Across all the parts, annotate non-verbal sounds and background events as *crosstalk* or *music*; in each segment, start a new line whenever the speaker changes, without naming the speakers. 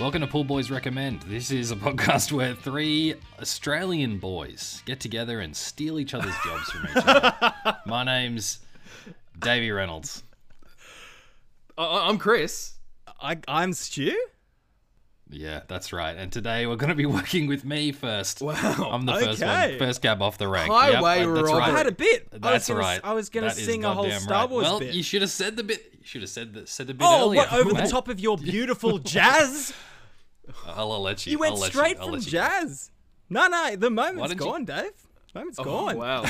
Welcome to Pool Boys Recommend. This is a *laughs* podcast where three Australian boys get together and steal each other's jobs from each other.
*laughs*
My name's Davey Reynolds.
I- I'm *laughs* Chris.
I, I'm Stu.
Yeah, that's right. And today we're going to be working with me first.
Wow.
I'm the first
okay.
one, first cab off the rank.
Highway
Yep, that's
robber.
I
right.
had a bit. I was
That's
gonna,
right.
I was going to
That is
sing a whole
goddamn
Star
right.
Wars
well,
bit.
you should have said the bit. You should have said the said the bit
oh,
earlier.
what over the
Mate,
top of
*laughs*
your beautiful jazz?
I'll, I'll let you.
You went
I'll let
straight
I'll
from
let you.
jazz. No, no, the moment's
did you-
gone, Dave. Moment's
Oh,
*laughs*
*laughs*
gone.
wow.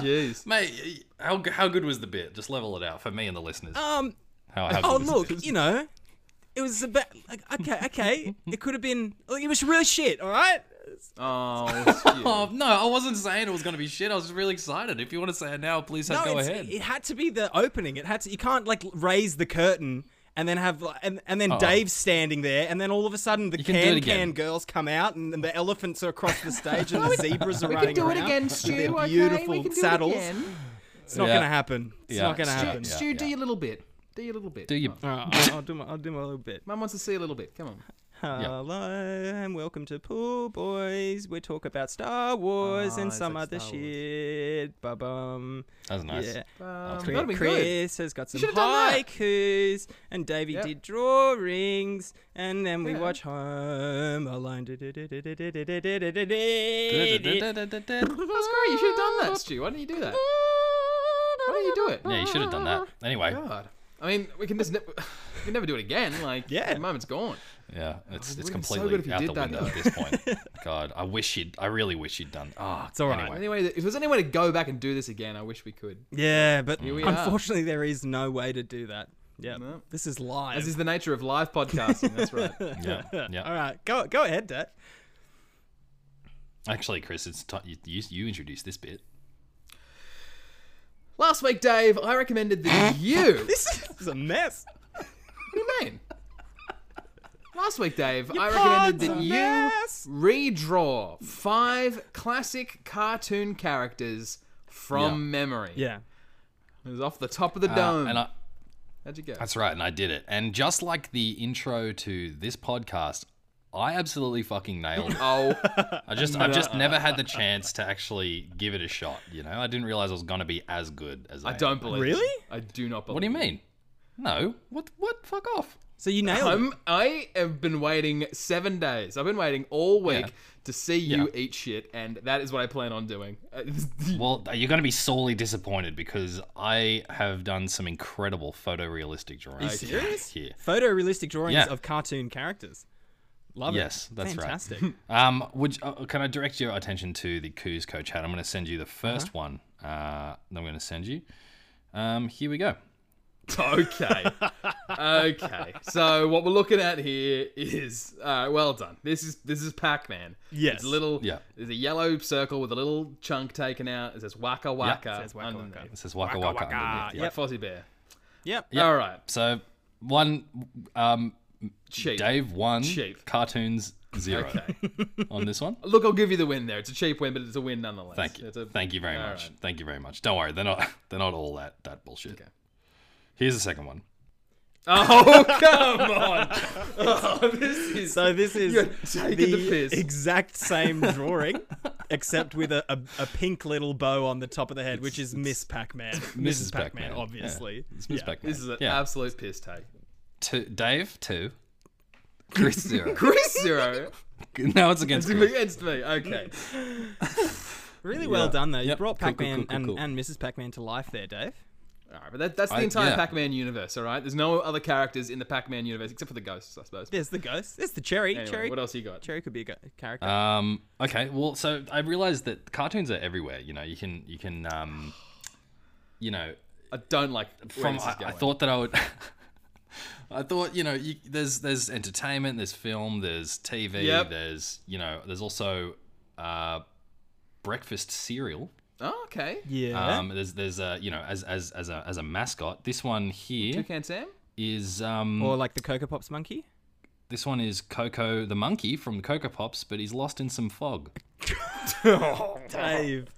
Jeez.
Mate, how how good was the bit? Just level it out for me and the listeners.
Um,
how, how good
oh
was the
look,
bit?
you know, it was about like okay, okay. it could have been. Like, it was really shit. All right.
*laughs* Oh, shit.
Oh, no, I wasn't saying it was going to be shit. I was just really excited. If you want to say it now, please uh,
No,
go
it's,
ahead.
it had to be the opening. It had to. You can't like raise the curtain and then have like, and and then
Uh-oh.
Dave's standing there, and then all of a sudden the
can do it
can
again.
can girls come out, and, and the elephants are across the
*laughs*
stage, and the zebras are running
do
around.
it again,
with
Stu.
their
okay?
beautiful
we can do
saddles.
It again.
It's not
Yeah.
gonna happen. It's
Yeah,
not gonna
Stu-
happen.
Yeah,
Stu, do
yeah.
your little bit. Do your little bit.
Do you?
All right, I'll, I'll do my I'll do my little bit.
Mum wants to see a little bit. Come on.
Hello and welcome to Pool Boys. We talk about Star Wars
Oh,
Ah,
and
it's
some
like
other
Star Wars.
shit. Ba bum.
That was nice. *laughs*
Yeah.
Um,
Chris-
that'd be good.
Chris has got some
should've done that.
haikus, and Davey
Yep.
did drawings, and then we
Yeah.
watch Home Alone.
Yeah,
That's great. You should have done that, Stu. Why didn't you do that? Why didn't you do it? Oh,
you should have done that. Anyway,
God. I mean, we can just ne- *sighs* we can never do it again. Like,
Yeah.
the moment's gone.
yeah, it's
it
it's
would've been so
completely
good if you
out
did
the
that,
window at this point. God, I wish you'd. I really wish you'd done. Ah,
It's all right.
Anyway.
Anyway, if there's any way to go back and do this again, I wish we could.
Yeah, but
we are.
unfortunately, there is no way to do that. Yeah,
No.
this is live.
As is the nature of live podcasting. That's right.
Yeah, yeah.
All right, go go ahead, Dad.
Actually, Chris, it's ti you, you you introduced this bit.
Last week, Dave, I recommended
*laughs*
that you.
This is a mess.
What do you mean? Last week, Dave, I
pod's
recommended that
a
you
mess.
redraw five classic cartoon characters from memory.
Yeah.
It was off the top of the
Uh,
dome.
and I,
How'd you go?
that's right, and I did it. And just like the intro to this podcast, I absolutely fucking nailed it.
*laughs* Oh,
I just I've just never had the chance to actually give it a shot. You know, I didn't realize I was gonna be as good as I.
I
am.
don't believe.
Really?
it. I do not believe.
What do you
it.
mean? No. What? What? Fuck off.
So you nailed it.
I'm, Um, I have been waiting seven days. I've been waiting all week
Yeah.
to see you
Yeah.
eat shit, and that is what I plan on doing. Uh, *laughs*
Well, you're going to be sorely disappointed because I have done some incredible photorealistic drawings.
you
serious?
Here.
Photorealistic drawings
Yeah.
of cartoon characters. Love it.
Yes, that's right.
Fantastic.
Um, would uh, can I direct your attention to the Kuzco chat? I'm going to send you the 1st one. Uh, that I'm going to send you. Um, here we go.
Okay. okay. So what we're looking at here is uh, well done. This is this is Pac-Man.
Yes.
It's a little
Yeah.
there's a yellow circle with a little chunk taken out. It says waka waka.
says waka
underneath.
waka.
It says Waka Waka.
waka.
underneath.
Ah,
Like
yep.
Fozzie Bear.
Yep.
All right.
So one, um,
Cheap.
Dave one,
Cheap.
cartoons zero
Okay.
on this *laughs* one.
Look, I'll give you the win there. It's a cheap win, but it's a win nonetheless.
Thank you.
It's a-
Thank you very
All
much.
right.
Thank you very much. Don't worry, they're not *laughs* they're not all that that bullshit.
Okay.
Here's the second one.
Oh *laughs* come
*laughs*
on! Oh, this is
So this is
You're taking
the,
the piss.
*laughs*
exact same drawing, except with a, a, a pink little bow on the top of the head, which is Miss Pac-Man. Mrs. Pac-Man,
Pac-Man, yeah.
obviously.
It's Miss
Yeah.
Pac-Man.
this is an
yeah.
absolute piss take.
two, Dave two, Chris
*laughs*
zero.
Chris zero
now it's against Chris.
against me. Okay.
Really well done, though. You
Yep.
brought
Cool, cool,
Pac-Man
cool, cool, cool.
And, and Mrs. Pac-Man to life there, Dave.
All right, but that, that's the
I-
entire
yeah.
Pac-Man universe. All right, there's no other characters in the Pac-Man universe except for the ghosts, I suppose.
There's the ghost. There's the cherry.
Anyway,
cherry.
what else you got?
Cherry could be a go- character.
Um. Okay. Well, so I realized that cartoons are everywhere. You know, you can you can um, you know,
I don't like where
from
this is
I, I
going.
thought that I would. *laughs* I thought you know you, there's there's entertainment, there's film, there's TV,
Yep.
there's you know there's also uh, breakfast cereal.
Oh, okay.
yeah.
Um, there's there's a you know as as as a as a mascot. This one here
Toucan Sam.
is um
or like the Cocoa
*laughs*
Pops monkey.
this one is Coco the monkey Oh, from the Coco Pops, but he's lost in some fog.
Dave.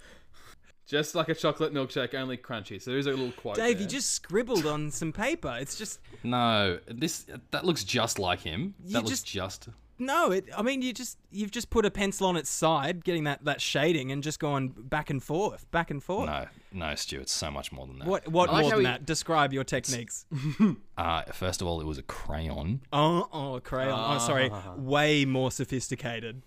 Just like a chocolate milkshake, only crunchy. So there's a little quote.
Dave, you
there.
just scribbled on some paper. It's just
No, this that looks just like him. that looks
just-
just.
no. It, I mean, you just you've just put a pencil on its side, getting that that shading, and just going back and forth, back and forth.
No, no, Stu, it's so much more than that.
What what
I like
more
how
than
he-
that? Describe
*laughs*
your techniques.
Uh, first of all, it was a crayon.
oh, oh, crayon. Oh, sorry.
Ah.
Way more sophisticated.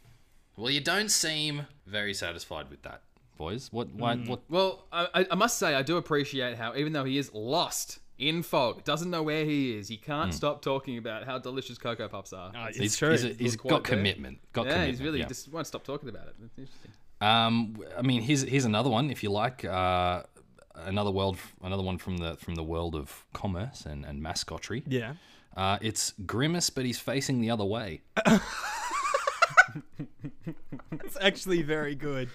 Well, you don't seem very satisfied with that, boys. What? Why?
Mm,
What?
Well, I, I- I must say, I do appreciate how, even though he is lost in fog, doesn't know where he is, he can't
Hmm.
stop talking about how delicious Cocoa Puffs are.
it's
He's,
true.
he's, a- he's
Look
got
quite there.
commitment. Got
yeah,
Ah, commitment.
he's really
yeah.
just won't stop talking about it. It's interesting.
Um, w- I mean, here's here's another one if you like. Uh, another world, another one from the from the world of commerce and and mascotry.
yeah.
Uh, it's grimace, but he's facing the other way.
It's actually very good.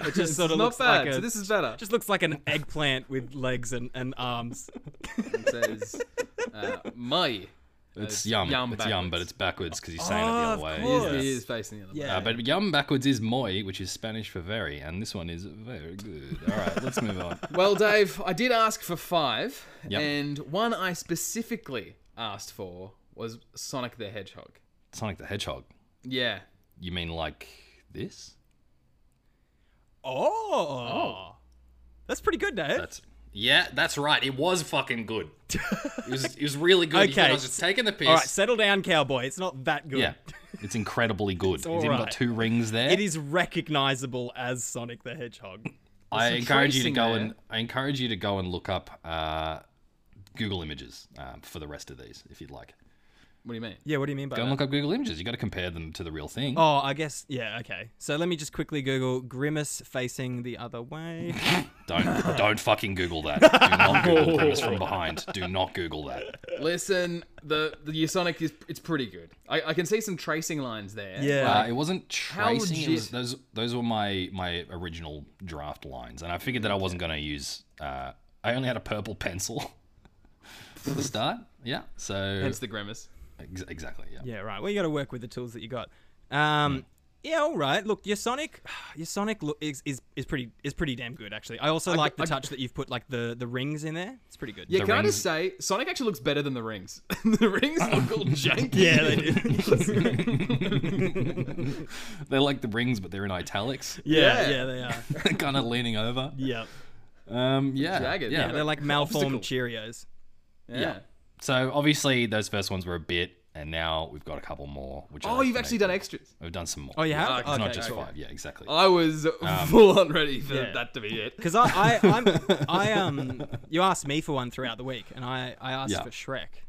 It just
It's
sort of
not
looks
bad.
like a,
so this is
*laughs*
better.
just looks like an eggplant with legs and, and arms.
It says, uh, "My."
It's yum.
yum
it's yum, but
backwards.
it's backwards because he's saying it the
Oh,
other
of
way.
course.
He is facing the other way.
Yeah.
Uh, but yum backwards is moi, which is Spanish for very, and this one is very good. All right, let's move
*laughs*
on.
Well, Dave, I did ask for five,
Yep.
and one I specifically asked for was Sonic the Hedgehog.
Sonic the Hedgehog.
Yeah.
You mean like this?
Oh. That's pretty good, Dave.
That's yeah, that's right. It was fucking good. It was it was really good. You
Okay.
thought I was just taking the piss.
All right, settle down, cowboy. It's not that good.
yeah, it's incredibly good. It's,
all
even got
right.
two rings there.
It is recognizable as Sonic the Hedgehog.
I
There's some
encourage you to
tracing
go
there.
and I encourage you to go and look up uh, Google Images um, for the rest of these, if you'd like.
What do you mean?
Yeah, what do you mean by
Go
that?
and look up Google Images. You got to compare them to the real thing.
Oh, I guess yeah, okay. So let me just quickly Google grimace facing the
*laughs*
other way.
Don't don't fucking Google that. Do
*laughs*
not Google Grimace from behind. Do not Google that.
Listen, the the Sonic is it's pretty good. I, I can see some tracing lines there.
Yeah.
Uh, it wasn't tracing. It
legit-
was, those those were my my original draft lines, and I figured that I wasn't going to use. Uh, I only had a purple pencil *laughs* for the start. Yeah, so
Hence the grimace.
ex- exactly. Yeah.
yeah, right. Well, you got to work with the tools that you got. Um Yeah, all right. Look, your Sonic, *sighs* your Sonic look is, is is pretty is pretty damn good actually. I also like the
I-
touch that you've put like the the rings in there. It's pretty good.
Yeah,
The
can I
rings-
just say, Sonic actually looks better than the rings. *laughs* the rings look all janky.
*laughs* yeah, they do.
They're like the rings, but they're in italics,
*laughs*
*laughs*
Yeah.
yeah, yeah, they are.
kind of leaning over.
Yeah.
Um, yeah,
Jagged,
yeah.
yeah.
They're like malformed
Obstacle.
Cheerios.
Yeah.
So obviously those first ones were a bit, and now we've got a couple more. Which
Oh, you've actually done extras.
We've done some more.
Oh, you have?
It's not
Okay,
just
cool.
five. Yeah, exactly.
I was
Um,
full on ready for
yeah.
that to be it.
Because I, I, I'm, I, um, you asked me for one throughout the week, and I, I asked
Yeah.
for Shrek.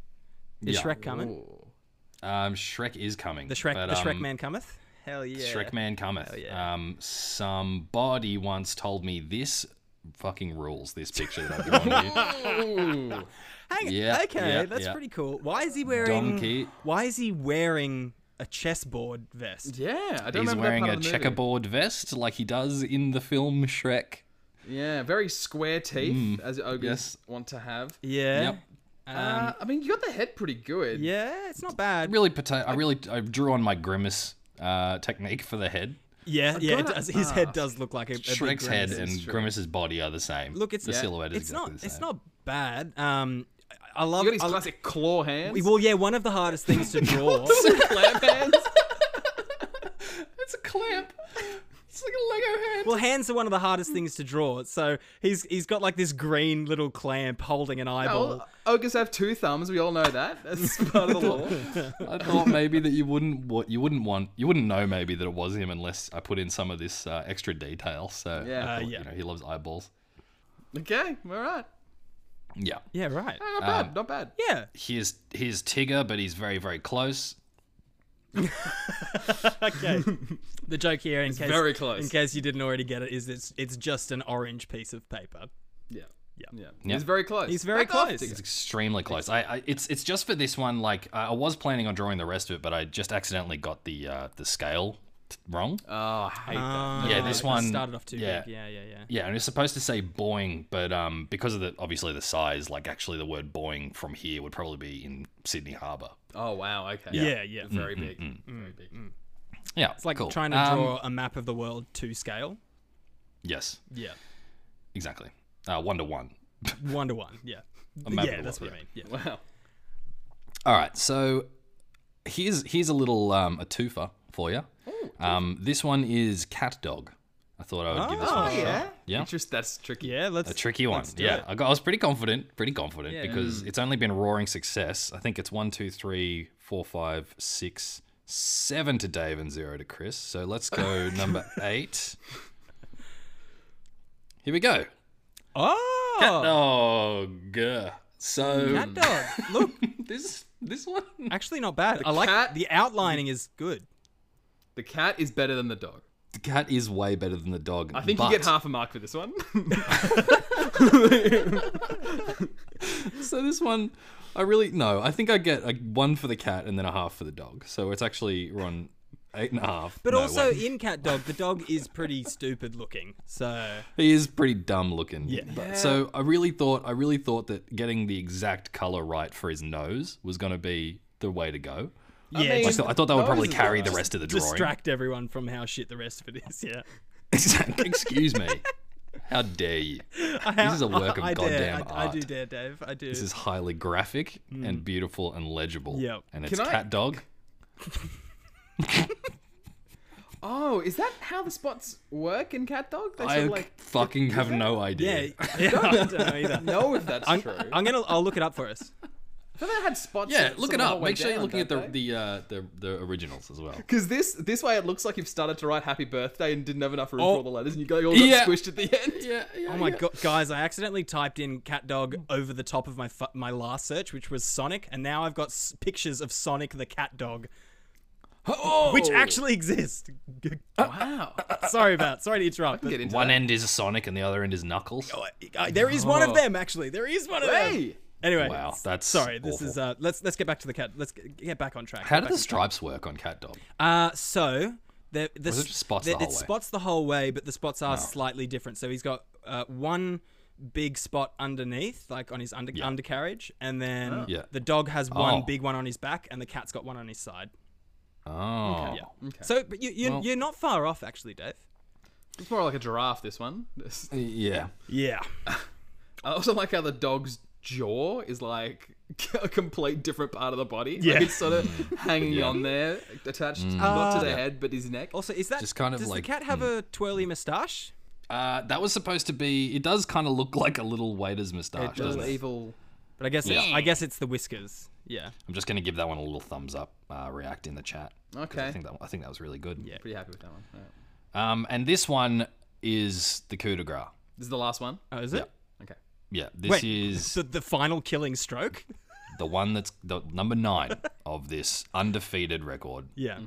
Is
Yeah.
Shrek coming?
Ooh.
Um, Shrek is coming.
The Shrek,
but,
the Shrek
um,
man cometh. Hell yeah.
Shrek Man cometh.
yeah.
Um, somebody once told me this fucking rules. This picture that I'm going to
Ooh.
Hang,
Yeah,
okay,
yeah,
that's
yeah.
pretty cool. Why is he wearing?
donkey.
Why is he wearing a chessboard vest?
Yeah, I don't
He's
remember that
wearing
part
a
of the movie.
checkerboard vest like he does in the film Shrek.
Yeah, very square teeth, as ogres
Mm. yes.
want to have.
Yeah.
Yep.
Um,
Uh, I mean, you got the head pretty good.
yeah, it's not bad.
Really, pota- I really I drew on my grimace uh, technique for the head.
Yeah, yeah. It
gotta
does, his head does look like a, a big
Shrek's head
grimace.
and
is true.
Grimace's body are the same.
Look, it's
the
yeah,
silhouette is
It's
exactly
not.
the
It's
same.
not bad. Um, I- I love.
You got his
I,
classic claw hands. *laughs*
well, yeah. One of the hardest things to draw.
clam
*laughs*
hands.
It's a clamp. It's like a Lego head.
Well, hands are one of the hardest things to draw. So he's he's got like this green little clamp holding an eyeball.
Well, ogres have two thumbs. We all know that.
*laughs*
That's part of the law.
I thought maybe that you wouldn't what you wouldn't want you wouldn't know maybe that it was him unless I put in some of this uh, extra detail. So
Yeah.
I
Uh,
thought,
yeah.
you know he loves eyeballs.
Okay, all right.
Yeah.
Yeah, right.
Not bad. not bad.
Yeah. *laughs*
Here's here's Tigger, but he's very very close.
Okay. the joke here, in case
very close.
in case you didn't already get it, is it's it's just an orange piece of paper.
Yeah.
Yeah.
Yeah. He's very close.
He's very
Back off,
close.
Tigger.
It's extremely close. I, I it's it's just for this one. Like I I was planning on drawing the rest of it, but I just accidentally got the uh, the scale t- wrong.
Oh, I hate
Ah,
Yeah, this
it
one-
started off too
yeah.
big. Yeah, yeah, yeah.
Yeah, and it's supposed to say boing, but um, because of the obviously the size, like actually the word boing from here would probably be in Sydney Harbour.
that. Oh, wow. Okay.
Mm.
Yeah, Mm, yeah.
Very big. Very big.
Mm.
Yeah,
It's like
cool.
trying to
Um,
draw a map of the world to scale.
yes,
Yeah.
Exactly. Uh, one to one.
One to one. Yeah.
map of
yeah,
the
that's
world,
what I mean. Yeah.
Wow.
All right, so here's here's a little um, a twofer for you. Um, this one is cat dog. I thought I would give this
Oh,
one a
yeah.
shot. Yeah,
Interest. That's tricky.
Yeah, let's
a tricky one.
do
Yeah,
it.
I, got, I was pretty confident, pretty confident
Yeah. Mm.
because it's only been roaring success. I think it's one, two, three, four, five, six, seven to Dave and zero to Chris. So let's
*laughs*
go number eight. Here we go.
Oh
Dog. So
cat dog. Look,
*laughs* this this one
actually not bad. I like
cat-
the outlining is good.
The cat is better than the dog.
The cat is way better than the dog.
I think
but
you get half a mark for this one. *laughs*
So this one, I really no. I think I get a one for the cat and then a half for the dog. So it's actually we're on eight and a half.
But
no,
also
one.
in cat dog, the dog is pretty stupid looking. So
he is pretty dumb looking.
Yeah.
But, so I really thought I really thought that getting the exact color right for his nose was gonna be the way to go.
yeah,
I
just
thought, I thought that would
nose
probably
is
carry
the
the rest of the drawing.
distract everyone from how shit the rest of it is. Yeah.
*laughs* Exactly. Excuse me. How dare you? *laughs* This is a work of
I dare,
goddamn
I, I do
art.
dare, Dave. I do.
This is highly graphic and beautiful and legible.
Yep.
And it's
Can I-
cat dog.
oh, is that how the spots work in cat dog? They
I
sort of
c- *laughs* fucking have no
yeah.
idea.
yeah, *laughs* I don't know either.
know if
*laughs*
that's true. I
I'm gonna. I'll look it up for us.
thought they had spots.
Yeah, look it up. Make sure you're looking at the the, uh, the the originals as well.
Because this this way it looks like you've started to write Happy Birthday and didn't have enough room
Oh.
for all the letters, and you go all
Yeah.
got squished at the end.
*laughs* Yeah. yeah
Oh my god, guys! I accidentally typed in cat dog over the top of my fu- my last search, which was Sonic, and now I've got s- pictures of Sonic the cat dog, which
Oh.
actually exist. *laughs*
Wow.
sorry about. Sorry to interrupt.
Get into
One
that.
end is Sonic and the other end is Knuckles.
but- Uh, there is
*laughs*
one of them actually. There is one of them.
Hey.
Anyway,
Wow,
s-
that's
sorry. This
awful.
is uh. Let's let's get back to the cat. Let's g- get back on track.
How
Get
do
back
the stripes work on Cat Dog?
Uh, so the the
it
s-
just spots the
it
whole way?
spots the whole way, but the spots are slightly different. So he's got uh, one big spot underneath, like on his under undercarriage, and then
Oh. Yeah.
the dog has one
Oh.
big one on his back, and the cat's got one on his side.
Oh,
Yeah. So, but you you
Well-
you're not far off actually, Dave.
It's more like a giraffe. This one. This- *laughs*
yeah.
Yeah.
I also like how the dog's jaw is like *laughs* a complete different part of the body. Like,
Yeah.
it's sort
*laughs*
of hanging on there, attached
Mm.
not to the head but his neck.
Also, is that
Just kind of
does
like- hmm.
the cat have a twirly moustache?
Uh, that was supposed to be. It does kind of look like a little waiter's moustache,
Little
doesn't it?
evil.
But I guess it's, I guess it's the whiskers. Yeah.
I'm just gonna give that one a little thumbs up. Uh, react in the chat. 'cause I
Okay.
think that I think that was really good. Yeah.
Pretty happy with that one. Alright.
Um, and this one is the coup de grace.
This is the last one.
Oh, is it?
Okay.
Yeah. This
Wait,
is
*laughs* the, the final killing stroke.
the one that's the number nine of this undefeated record.
Yeah.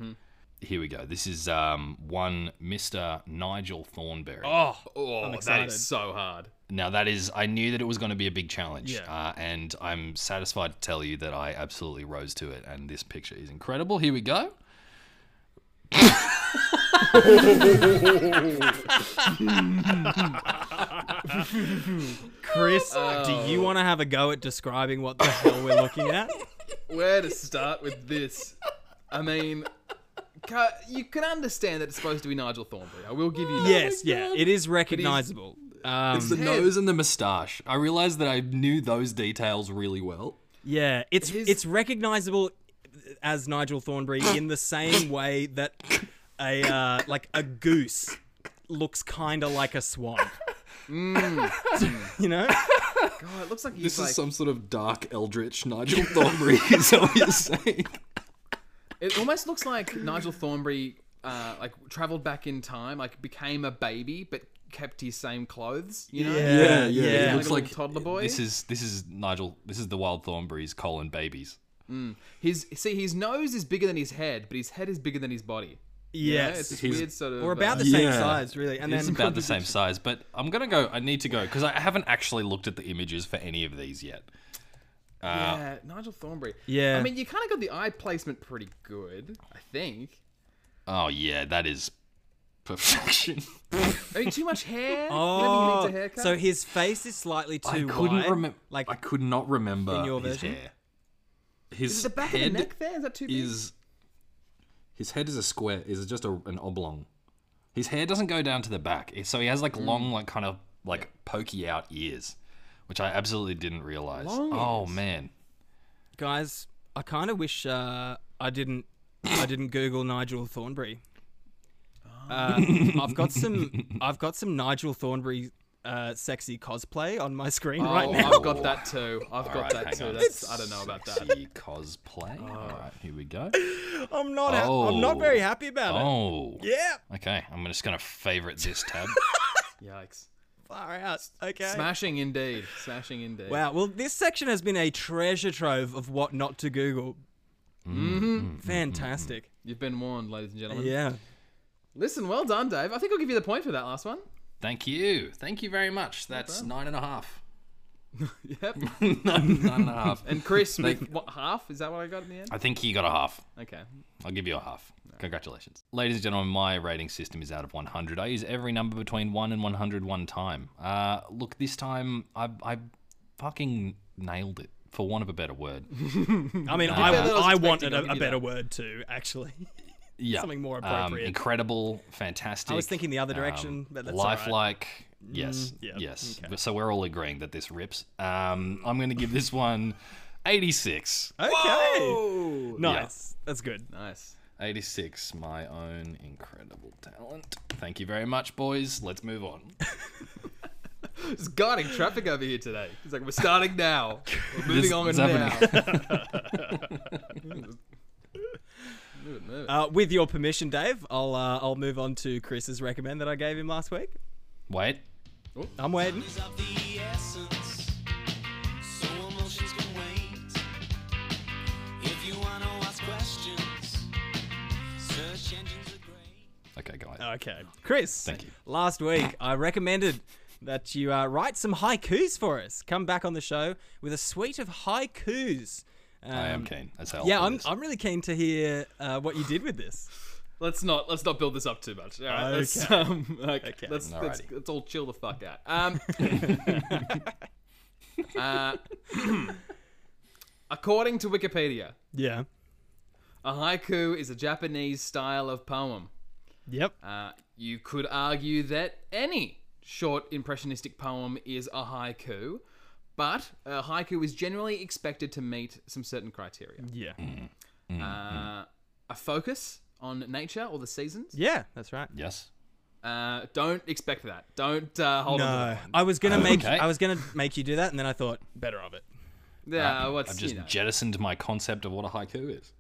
Here we go. This is um, one Mr. Nigel Thornberry.
Oh,
Oh, that
excited.
is so hard.
Now, that is, I knew that it was going to be a big challenge.
Yeah.
Uh, and I'm satisfied to tell you that I absolutely rose to it. And this picture is incredible. Here we go.
Chris,
Oh.
do you want to have a go at describing what the hell we're looking
*laughs*
at?
Where to start with this? I mean, ca- you can understand that it's supposed to be Nigel Thornberry. I will give you that.
yes, yeah, it is recognizable. Um,
The nose and the moustache. I realized that I knew those details really well.
yeah, it's
his-
it's recognizable as Nigel Thornberry in the same way that a uh, like a goose looks kind of like a swan.
Mm.
*laughs* you know,
God, Oh, it looks like he's
This
like.
is some sort of dark eldritch Nigel Thornberry, is what
*laughs*
you're saying.
It almost looks like Nigel Thornberry, uh, like traveled back in time, like became a baby, but kept his same clothes. You know.
Yeah. yeah.
It looks
Like a
like
toddler boy?
This is this is Nigel. This is the Wild Thornberry's colon babies.
His see, his nose is bigger than his head, but his head is bigger than his body. Yeah, it's
yes,
this
His-
weird sort of.
we're about
uh,
the same
Yeah.
size, really, and
It's
then
about the same size, but I'm gonna go. I need to go because I haven't actually looked at the images for any of these yet.
Yeah, Nigel Thornberry.
Yeah.
I mean, you kind of got the eye placement pretty good, I think.
Oh yeah, that is perfection. *laughs*
I mean, too much hair.
Oh,
you don't think he needs a haircut?
so his face is slightly too
I couldn't
wide.
remember.
Like,
I could not remember
in your
his
version?
hair. His
is the back
head
of the neck there? Is that too big?
is his head is a
Mm.
square. Is just a, an oblong. His hair doesn't go down to the back, so he has like long, like kind of like pokey out ears, which I absolutely didn't realize.
Long
oh
ears.
man,
Guys, I kind of wish uh, I didn't. I didn't Google Nigel Thornberry. Uh, I've got some. I've got some Nigel Thornberry uh, sexy cosplay on my screen
Oh,
right now.
I've got that too. I've got
Alright,
that
hang
too.
on.
That's, I don't know about that. Oh.
Sexy cosplay. All right, here
*laughs*
we go.
*laughs* I'm not. Ha- I'm not
Oh.
very happy about it.
Oh,
Yeah.
Okay, I'm just gonna favorite this
*laughs*
tab.
Yikes.
Far out. Okay.
Smashing indeed. Smashing indeed.
Wow. Well, this section has been a treasure trove of what not to Google. Mm-hmm. Fantastic.
You've been warned, ladies and gentlemen.
Yeah.
Listen, well done, Dave. I think I'll give you the point for that last one.
Thank you, thank you very much. That's nine and a half.
Yep.
nine, nine and a half.
*laughs* And Chris, with what, half? Is that what I got in the end?
I think he got a half.
Okay.
I'll give you a half. Congratulations. Ladies and gentlemen, my rating system is out of 100. I use every number between 1 and 100 one time. Uh, look, this time I, I fucking nailed it, for want of a better
*laughs*
word.
I mean,
bet that I was
I, I
expecting
wanted
I'll
a,
give
a
you
better
that.
word too, actually. *laughs*
Yeah.
Something more
Um,
appropriate.
incredible, fantastic. um,
I was thinking the other direction, but that's all right.
Lifelike. Yes.
Mm, yeah,
Yes.
okay.
So we're all agreeing that this rips. Um, I'm going to give this one 86.
Okay.
Oh,
Nice. That's good.
nice.
86, my own incredible talent. Thank you very much, boys. Let's move on.
Just guarding traffic over here today. He's like, we're starting now.
*laughs*
We're moving
This-
on
it's
now.
happening.
Move it, move it.
Uh, with your permission, Dave, I'll uh, I'll move on to Chris's recommend that I gave him last week.
Wait.
I'm waiting.
is of the essence, so emotions can wait. If you wanna ask questions, search engines are great.
Okay, go ahead.
Okay, Chris.
Thank you.
Last week, I recommended that you uh, write some haikus for us. Come back on the show with a suite of haikus. Um,
I am keen as hell.
Yeah,
for
I'm,
this.
I'm really keen to hear uh, what you did with this.
*laughs* Let's not let's not build this up too much. All right, let's,
Okay.
um, okay,
Okay.
let's, let's
Alrighty.
let's all chill the fuck out. Um, *laughs* uh, *clears throat* according to Wikipedia,
Yeah.
a haiku is a Japanese style of poem.
Yep.
Uh, you could argue that any short impressionistic poem is a haiku, but a haiku is generally expected to meet some certain criteria:
Yeah.
Mm.
uh, a focus on nature or the seasons.
Yeah, that's right.
Yes.
Uh, don't expect that. Don't uh, hold on. to
No, I was gonna make
Okay.
I was gonna make you do that, and then I thought better of it.
that. Yeah, what's
I've just
you know.
jettisoned my concept of what a haiku is.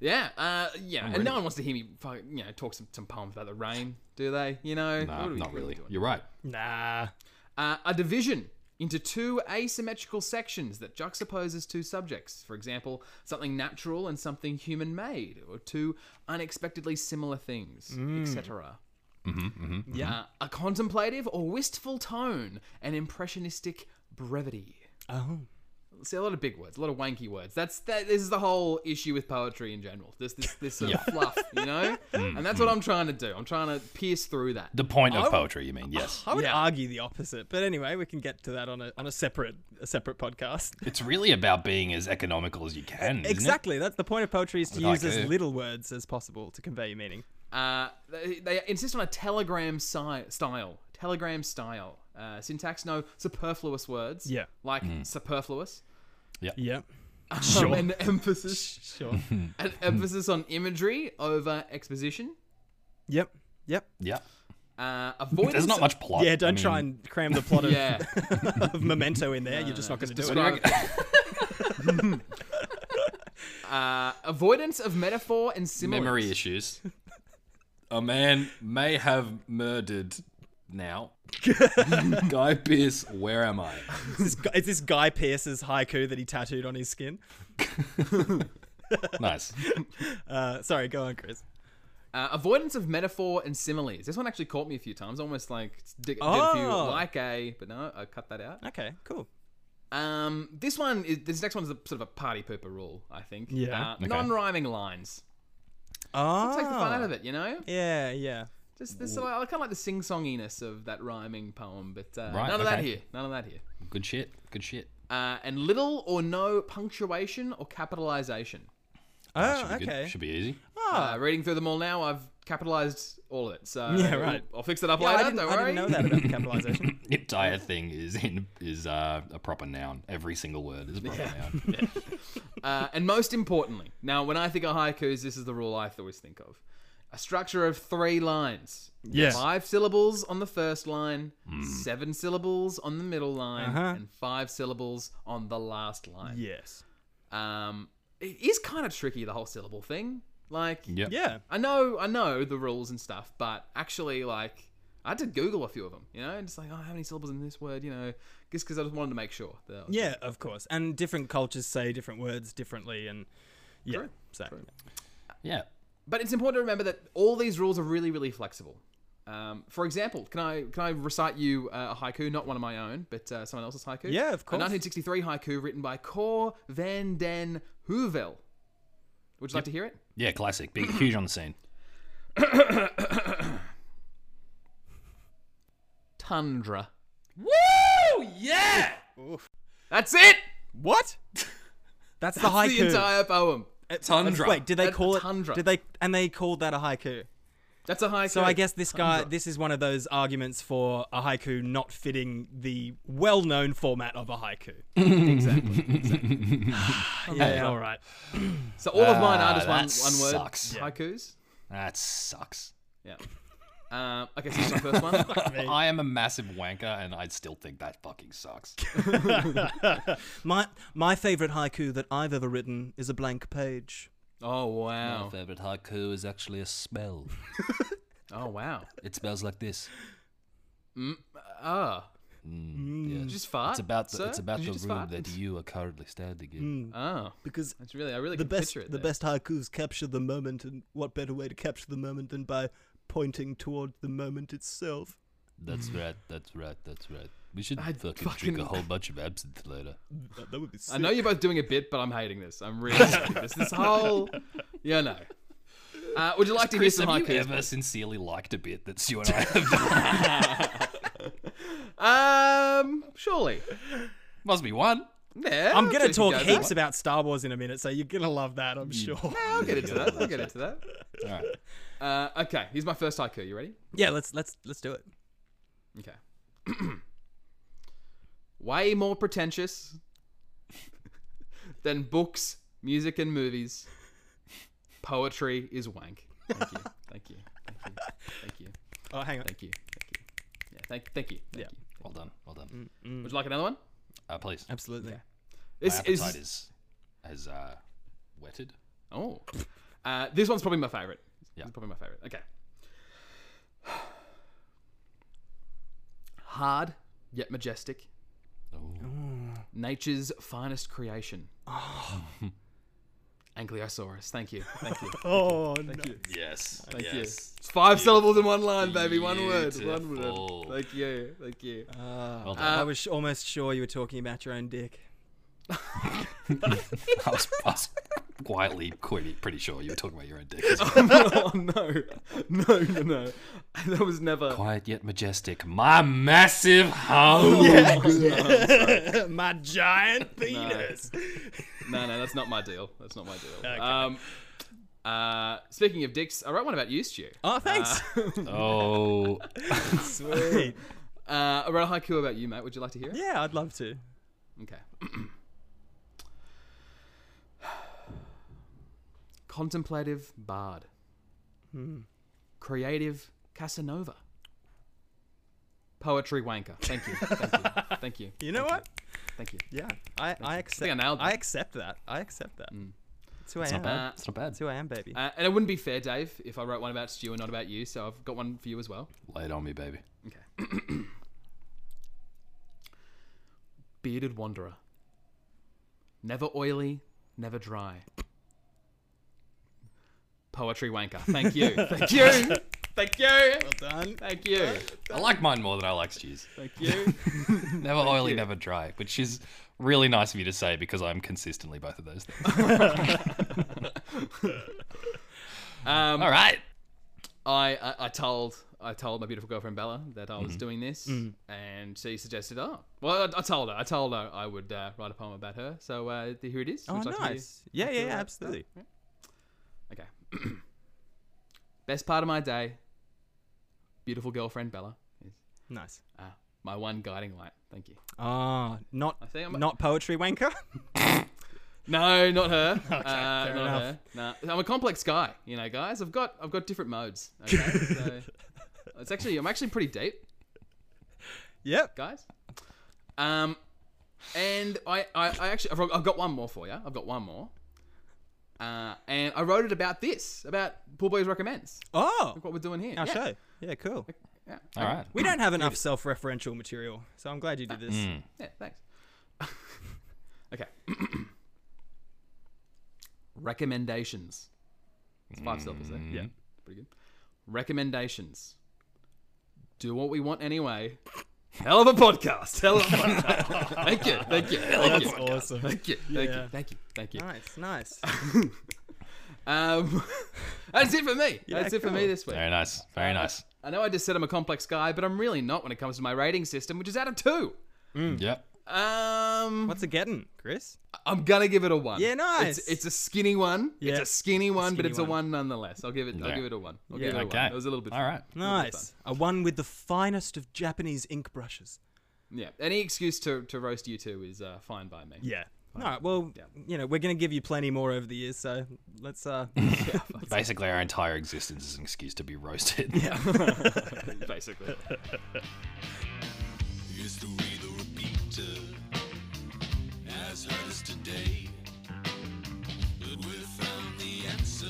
yeah, uh, yeah. And
ready.
no one wants to hear me, fucking, you know, talk some, some poems about the rain, do they? You know,
Nah,
What are we
not really.
doing?
You're right.
Nah.
Uh, a division into two asymmetrical sections that juxtaposes two subjects. For example, something natural and something human-made, or two unexpectedly similar things, etc.
Yeah.
Uh, a contemplative or wistful tone and impressionistic brevity.
Oh.
See a lot of big words, a lot of wanky words. That's that. This is the whole issue with poetry in general. This this this sort of fluff, you know. and that's what I'm trying to do. I'm trying to pierce through that.
The point
Oh.
of poetry, you mean?
*laughs*
Yes.
I would
Yeah.
argue the opposite, but anyway, we can get to that on a on a separate a separate podcast.
it's really about being as economical as you can. isn't it?
Exactly. That's the point of poetry is to
With
use as
haiku.
little words as possible to convey your meaning.
Uh, they, they insist on a telegram si- style. Telegram style. Uh, syntax no superfluous words.
Yeah.
Like
Hmm.
*laughs*
superfluous.
Yeah.
Sure. an emphasis
*laughs*
Sure.
an emphasis on imagery over exposition.
yep. Yep.
Yeah.
Uh, avoidance
There's not much plot.
Yeah, don't
I mean,
try and cram the plot of,
*laughs*
*laughs*
Yeah.
*laughs* of Memento in there. You're just not going to do it.
Describe- *laughs* uh, avoidance of metaphor and similes.
Memory
*laughs*
issues. A man may have murdered now.
*laughs*
Guy Pierce, where am I?
Is this, Guy- is this Guy Pearce's haiku that he tattooed on his skin?
Nice.
Uh, sorry, go on, Chris.
Uh, avoidance of metaphor and similes. This one actually caught me a few times. Almost like did, did a few
Oh.
like a, but no, I cut that out.
Okay, cool.
Um, this one is this next one's a, sort of a party pooper rule, I think.
Yeah.
Uh,
Okay.
Non-rhyming lines.
Oh.
Take the fun out of it, you know.
Yeah, yeah.
Just this, I kind of like the sing-songiness of that rhyming poem, but uh,
Right,
none of that
okay.
here. None of that here.
Good shit. Good shit.
Uh, and little or no punctuation or capitalization.
Oh,
Should be good.
okay.
Should be easy.
Ah.
Uh, reading through them all now, I've capitalized all of it. So
Yeah, right.
I'll fix it up
Yeah, I
later.
didn't,
Don't
I
worry.
didn't know
*laughs*
that about the capitalization.
Entire thing is in is uh, a proper noun. Every single word is a proper noun.
*laughs* Uh, and most importantly, now when I think of haikus, this is the rule I always think of: a structure of three lines.
Yes. Hmm.
Five syllables on the first line, seven syllables on the middle line,
Uh-huh.
and five syllables on the last line.
yes.
Um, it is kind of tricky the whole syllable thing. Like,
Yep.
Yeah.
I know, I know the rules and stuff, but actually, like, I had to Google a few of them. You know, and just like, oh, how many syllables in this word? You know, just because I just wanted to make sure. That I was-
Yeah, of course. And different cultures say different words differently, and yeah.
True,
So
Yeah.
But it's important to remember that all these rules are really, really flexible. Um, for example, can I can I recite you uh, a haiku, not one of my own, but uh, someone else's haiku?
Yeah, of course.
A 1963 haiku written by Cor van den Heuvel. Would you like to hear it?
Yeah,
*clears throat*
classic. Big huge on the scene.
Tundra.
Woo! Yeah!
That's it. *laughs*
what? That's
That's
the haiku. Uh,
the entire poem.
Tundra.
Wait, did they
That's
call it
tundra.
Did they and they called that a haiku?
That's a haiku.
So I guess this guy, this is one of those arguments for a haiku not fitting the well-known format of a haiku.
*laughs* exactly. exactly.
*sighs*
um,
yeah, all right.
So all of mine are
Ah,
just one,
that
one word
sucks.
haikus.
That sucks.
*laughs*
Yeah. Um, okay, so here's my first one.
I am a massive wanker, and I still think that
*laughs*
fucking sucks.
My my favorite haiku that I've ever written is a blank page.
Oh wow.
favorite haiku is actually a smell.
Oh wow.
It smells
*laughs*
like this. Mm,
Ah.
Yeah.
Just fart.
It's about the,
sir?
it's about
Did
the
you
room
just fart?
that you are currently standing in.
Oh,
Because
that's really I really
the
can
best
picture it.
the
there.
best haikus capture the moment, and what better way to capture the moment than by pointing toward the moment itself?
That's right. That's right. That's right. We should
I'd
fucking,
fucking-
drink a whole bunch of absinthe later.
That, that would be sick.
I know you're both doing a bit, but I'm hating this. I'm really
*laughs*
hating this. This whole, yeah, no. Uh, would you like to hear
Chris,
some
have you
haikus?
ever sincerely liked a bit that Stu and I *laughs* have done?
Um, surely.
Must be *laughs* one.
Yeah.
I'm
I
gonna
think we
talk
can go
heaps
there.
about Star Wars in a minute, so you're gonna love that, I'm sure. *laughs*
I'll get into that. I'll get into that.
All right.
Uh, okay, here's my first haiku. You ready?
yeah, let's let's let's do it.
Okay. *clears throat* Way more pretentious than books, music, and movies. Poetry is wank. Thank you. Thank you. Thank you. Thank you.
Oh, hang on.
Thank you. Thank you. Yeah, thank, thank you. Thank
Yeah.
you.
Well done. Well done.
Would you like another one?
Uh, please.
Absolutely.
My
This
appetite is has uh, wetted.
oh, uh, this one's probably my favorite.
Yeah.
This is probably my favorite. Okay. *sighs* Hard yet majestic, nature's finest creation. Ankylosaurus. Thank you. Thank you.
Oh no.
Yes.
Thank you.
yes.
It's five syllables in one line, baby. One word. One
Beautiful.
word. Thank you. Thank you.
Well done.
I was sh- almost sure you were talking about your own dick.
I was, I was quietly pretty, pretty sure you were talking about your *laughs* own dick. as well.
*laughs* oh no, no, no, no. *laughs* That was never.
Quiet yet majestic. My massive *laughs* home.
*laughs* My giant penis.
No, no, that's not my deal. That's not my deal. Um, uh, speaking of dicks, I wrote one about you, Stu.
Oh, thanks.
Oh.
*laughs* Sweet.
Uh, I wrote a haiku about you, mate. Would you like to hear it?
yeah, I'd love to.
Okay. Contemplative bard. Creative Casanova. Poetry wanker. Thank you. Thank you. Thank you.
You know what?
Thank you.
Yeah, I, I accept.
I nailed that.
accept that. I accept that. That's who I am.
Not bad.
Uh,
It's not bad.
That's who I am, baby.
Uh, and it wouldn't be fair, Dave, if I wrote one about Stu and not about you. So I've got one for you as well.
Lay it on me, baby.
Okay. Bearded wanderer. Never oily, never dry. Poetry wanker. Thank you. Thank you. Thank you.
done.
Thank you.
I like mine more than I like Stu's.
Thank
*laughs*
you.
Never oily, never dry, which is really nice of you to say because I'm consistently both of those *laughs* things.
Um,
All right.
I, I I told I told my beautiful girlfriend Bella that I was
Mm-hmm.
doing this, and she suggested, "Oh, well, I, I told her. I told her I would uh, write a poem about her. So uh, here it is.
Oh,
Would you like to hear-
nice. Yeah, yeah,
like
yeah,
to-
absolutely.
Okay. *clears throat* Best part of my day, beautiful girlfriend Bella, is
Nice.
uh, my one guiding light. Thank you.
Ah, not
I think I'm-
not poetry wanker. *laughs*
No, not her. uh,
fair
not
enough.
her. Nah, I'm a complex guy, you know, guys. I've got I've got different modes.
*laughs*
Okay, so it's actually I'm actually pretty deep,
yep.
guys. Um, and I I, I actually I've, I've got one more for you. I've got one more. Uh, and I wrote it about this about Pool Boys recommends.
Oh,
Look what we're doing here.
our
yeah.
show. Yeah, cool.
Yeah.
All right.
We don't have enough self-referential material, so I'm glad you did this.
Yeah, thanks. *laughs* okay. *clears throat* Recommendations. It's five syllables there.
Yeah.
Pretty good. Recommendations. Do what we want anyway. Hell of a podcast. Hell of a podcast. *laughs* thank you. Thank you. Thank you.
awesome.
Thank you. Thank
Yeah.
you. Thank you. Thank you.
Nice, nice.
*laughs* Um, *laughs* that's it for me. that's it for me
cool.
this week.
Very nice. Very nice.
I know I just said I'm a complex guy, but I'm really not when it comes to my rating system, which is out of two. hmm.
Yep.
Oh, Um,
What's it getting, Chris?
I'm gonna give it a one.
Yeah, nice.
It's, it's a skinny one.
Yeah.
It's a skinny one, but
Skinny
it's a
one.
one. nonetheless. I'll give it.
Yeah.
I'll give it a one. I'll
Yeah.
give it a
Okay.
one. It was a little bit.
All right.
Nice. A one with the finest of Japanese ink brushes.
Yeah. Any excuse to, to roast you two is uh, fine by me.
Yeah. All right. Well,
Yeah.
you know, we're gonna give you plenty more over the years, so let's. uh
Basically, our entire existence is an excuse to be
*laughs*
roasted.
*laughs*
Basically.
History the repeater has hurt us today. But we found the answer.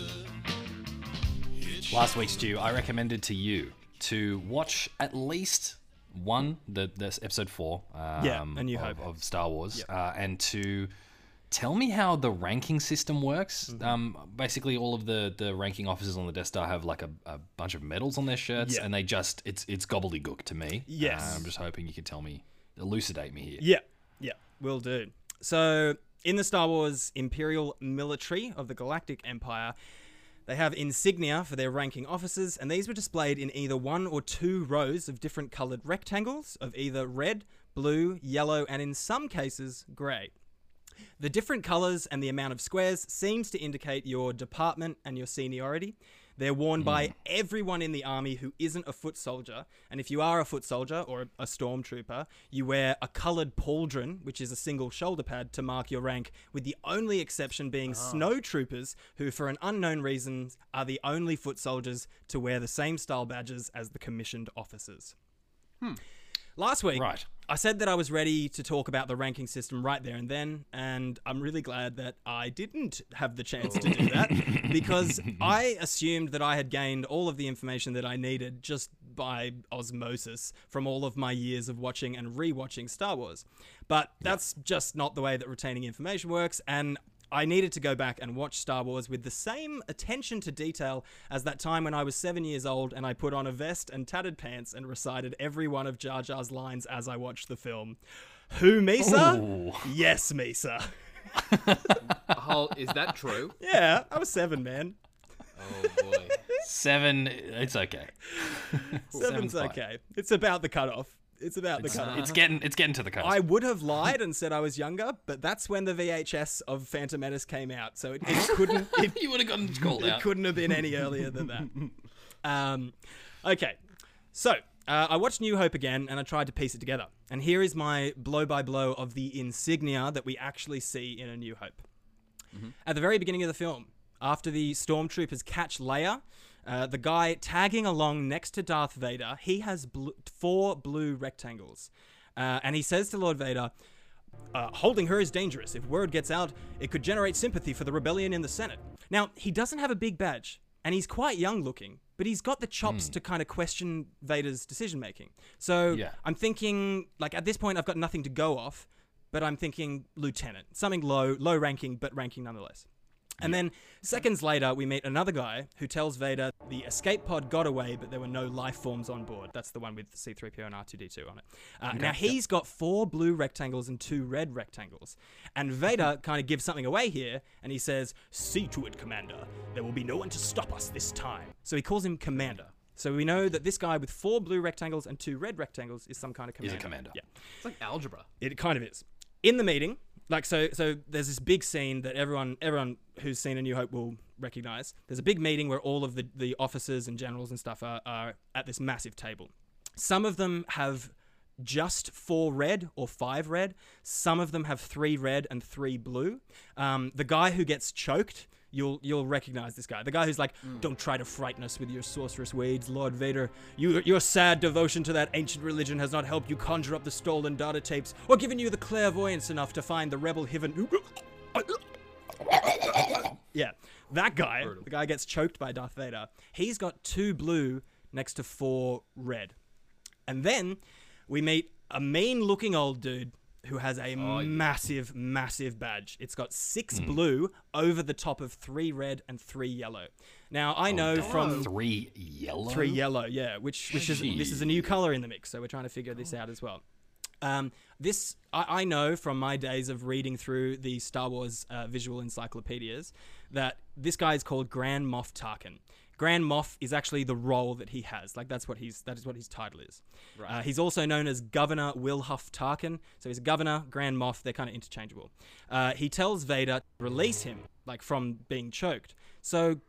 *laughs* Last week, Stu, I recommended to you to watch at least one, the, this episode four um,
Yeah, A New
of,
Hope.
of Star Wars, uh, and to tell me how the ranking system works.
Mm-hmm.
Um, basically, all of the, the ranking officers on the Death Star have like a, a bunch of medals on their shirts,
Yeah.
and they just, it's, it's gobbledygook to me.
Yes.
Uh, I'm just hoping you can tell me, elucidate me here.
Yeah, yeah, will do. So, in the Star Wars Imperial Military of the Galactic Empire, they have insignia for their ranking officers, and these were displayed in either one or two rows of different coloured rectangles of either red, blue, yellow, and in some cases, grey. The different colours and the amount of squares seems to indicate your department and your seniority. They're worn by everyone in the army who isn't a foot soldier. And if you are a foot soldier or a stormtrooper, you wear a coloured pauldron, which is a single shoulder pad, to mark your rank, with the only exception being snow troopers, who, for an unknown reason, are the only foot soldiers to wear the same style badges as the commissioned officers. Last week,
Right.
I said that I was ready to talk about the ranking system right there and then, and I'm really glad that I didn't have the chance to do that because I assumed that I had gained all of the information that I needed just by osmosis from all of my years of watching and rewatching Star Wars. But that's just not the way that retaining information works, and I needed to go back and watch Star Wars with the same attention to detail as that time when I was seven years old and I put on a vest and tattered pants and recited every one of Jar Jar's lines as I watched the film. Who, Misa? Yes, Misa.
A whole, is that true?
*laughs* Yeah, I was seven, man.
Oh boy.
Seven, it's
*laughs*
okay.
Seven's
fine.
okay. It's about the cutoff. It's about the cutoff.
It's getting, it's getting to the coast.
I would have lied and said I was younger, but that's when the VHS of Phantom Menace came out, so it, it couldn't
*laughs*
it
you would have gotten called
*laughs* It
out.
couldn't have been any earlier than that. Um, okay, so uh, I watched New Hope again and I tried to piece it together. And here is my blow by blow of the insignia that we actually see in A New Hope. At the very beginning of the film, after the stormtroopers catch Leia, uh, the guy tagging along next to Darth Vader, he has bl- four blue rectangles. Uh, and he says to Lord Vader, uh, holding her is dangerous. If word gets out, it could generate sympathy for the rebellion in the Senate. Now, he doesn't have a big badge, and he's quite young looking, but he's got the chops to kind of question Vader's decision making. So
Yeah.
I'm thinking, like, at this point, I've got nothing to go off, but I'm thinking lieutenant, something low, low ranking, but ranking nonetheless. And then seconds later, we meet another guy who tells Vader the escape pod got away, but there were no life forms on board. That's the one with C3PO and R2D2 on it. Uh, Now, he's got four blue rectangles and two red rectangles. And Vader kind of gives something away here, and he says, See to it, Commander. There will be no one to stop us this time. So he calls him Commander. So we know that this guy with four blue rectangles and two red rectangles is some kind of commander.
commander.
Yeah.
It's like algebra.
It kind of is. In the meeting, like so so there's this big scene that everyone everyone who's seen a new hope will recognize there's a big meeting where all of the the officers and generals and stuff are, are at this massive table some of them have just four red or five red some of them have three red and three blue um, the guy who gets choked you'll you'll recognize this guy the guy who's like don't try to frighten us with your sorcerous ways lord vader you, your sad devotion to that ancient religion has not helped you conjure up the stolen data tapes or given you the clairvoyance enough to find the rebel *laughs* hiven yeah that guy the guy gets choked by darth vader he's got two blue next to four red and then we meet a mean looking old dude who has a massive, massive badge. It's got six blue over the top of three red and three yellow. Now, I know from
Three yellow.
Um, three yellow, yeah, which, which is this is a new color in the mix, so we're trying to figure this out as well. Um, this I, I know from my days of reading through the Star Wars uh, visual encyclopedias that this guy is called Grand Moff Tarkin. Grand Moff is actually the role that he has. Like that's what he's that is what his title is. Uh, he's also known as Governor Wilhuff Tarkin. So he's Governor Grand Moff. They're kind of interchangeable. Uh, he tells Vader to release him, like from being choked. So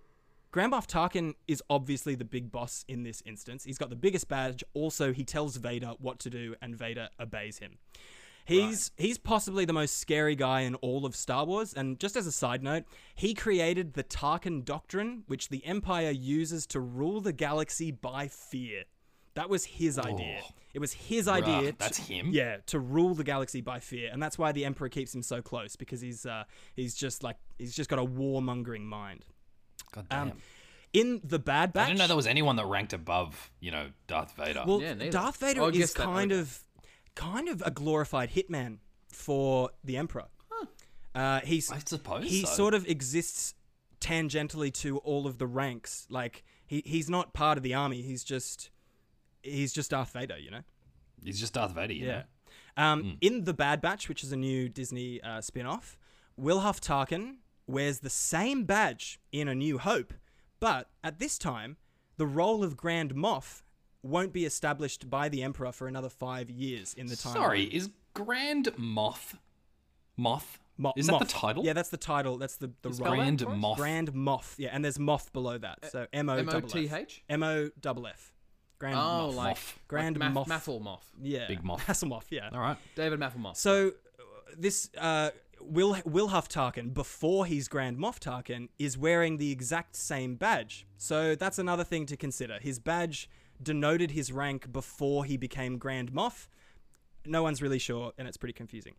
Grand Moff Tarkin is obviously the big boss in this instance. He's got the biggest badge. Also, he tells Vader what to do, and Vader obeys him. He's he's possibly the most scary guy in all of Star Wars. And just as a side note, he created the Tarkin Doctrine, which the Empire uses to rule the galaxy by fear. That was his idea. It was his idea. to-
Oh. that's him?
Yeah, to rule the galaxy by fear, and that's why the Emperor keeps him so close because he's uh, he's just like he's just got a warmongering mind.
God
Um,
damn.
In the Bad Batch,
I didn't know there was anyone that ranked above, you know, Darth Vader.
well,
Yeah, neither.
Darth Vader
Oh, I
is
guess that-
kind
okay.
of kind of a glorified hitman for the Emperor. Uh, he's
I suppose
he
so.
sort of exists tangentially to all of the ranks. Like he, he's not part of the army. He's just he's just Darth Vader, you know.
He's just Darth Vader. You yeah. Know?
Um,
Mm.
In The Bad Batch, which is a new Disney uh, spin off, Wilhuff Tarkin wears the same badge in A New Hope, but at this time, the role of Grand Moff won't be established by the Emperor for another five years in the time.
Sorry, is Grand Moth Moth? is that the title?
Yeah, that's the title. That's the, the role.
Grand
that for us?
Moth.
Grand Moff. Yeah, and there's Moff below that.
Uh,
So M O
M-O-T-H?
M O double F. Grand
Oh,
Moff.
like
Moff.
Grand
like
Moff.
Math- Mathel Moff.
yeah.
Big Moff.
Hasselhoff, yeah.
All right.
David Mathel Moff.
So uh, this uh, Will Wilhuff Tarkin, before he's Grand Moff Tarkin, is wearing the exact same badge. So that's another thing to consider. His badge denoted his rank before he became Grand Moff. No one's really sure, and it's pretty confusing.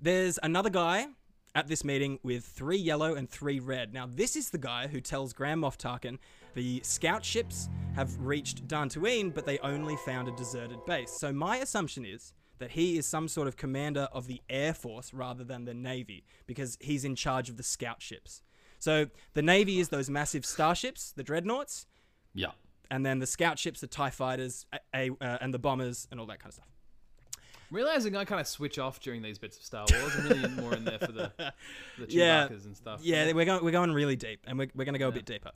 There's another guy at this meeting with three yellow and three red. Now, this is the guy who tells Grand Moff Tarkin the scout ships have reached Dantooine, but they only found a deserted base. So, my assumption is that he is some sort of commander of the Air Force rather than the Navy, because he's in charge of the scout ships. So, the Navy is those massive starships, the dreadnoughts,
Yeah.
and then the scout ships, the TIE fighters, a- a- uh, and the bombers, and all that kind of stuff.
Realizing I kind of switch off during these bits of Star Wars. I'm really more in there for
*laughs*
the, the Chewbacca's
Yeah.
and stuff.
Yeah, we're going, we're going really deep, and we're, we're going to go a bit deeper.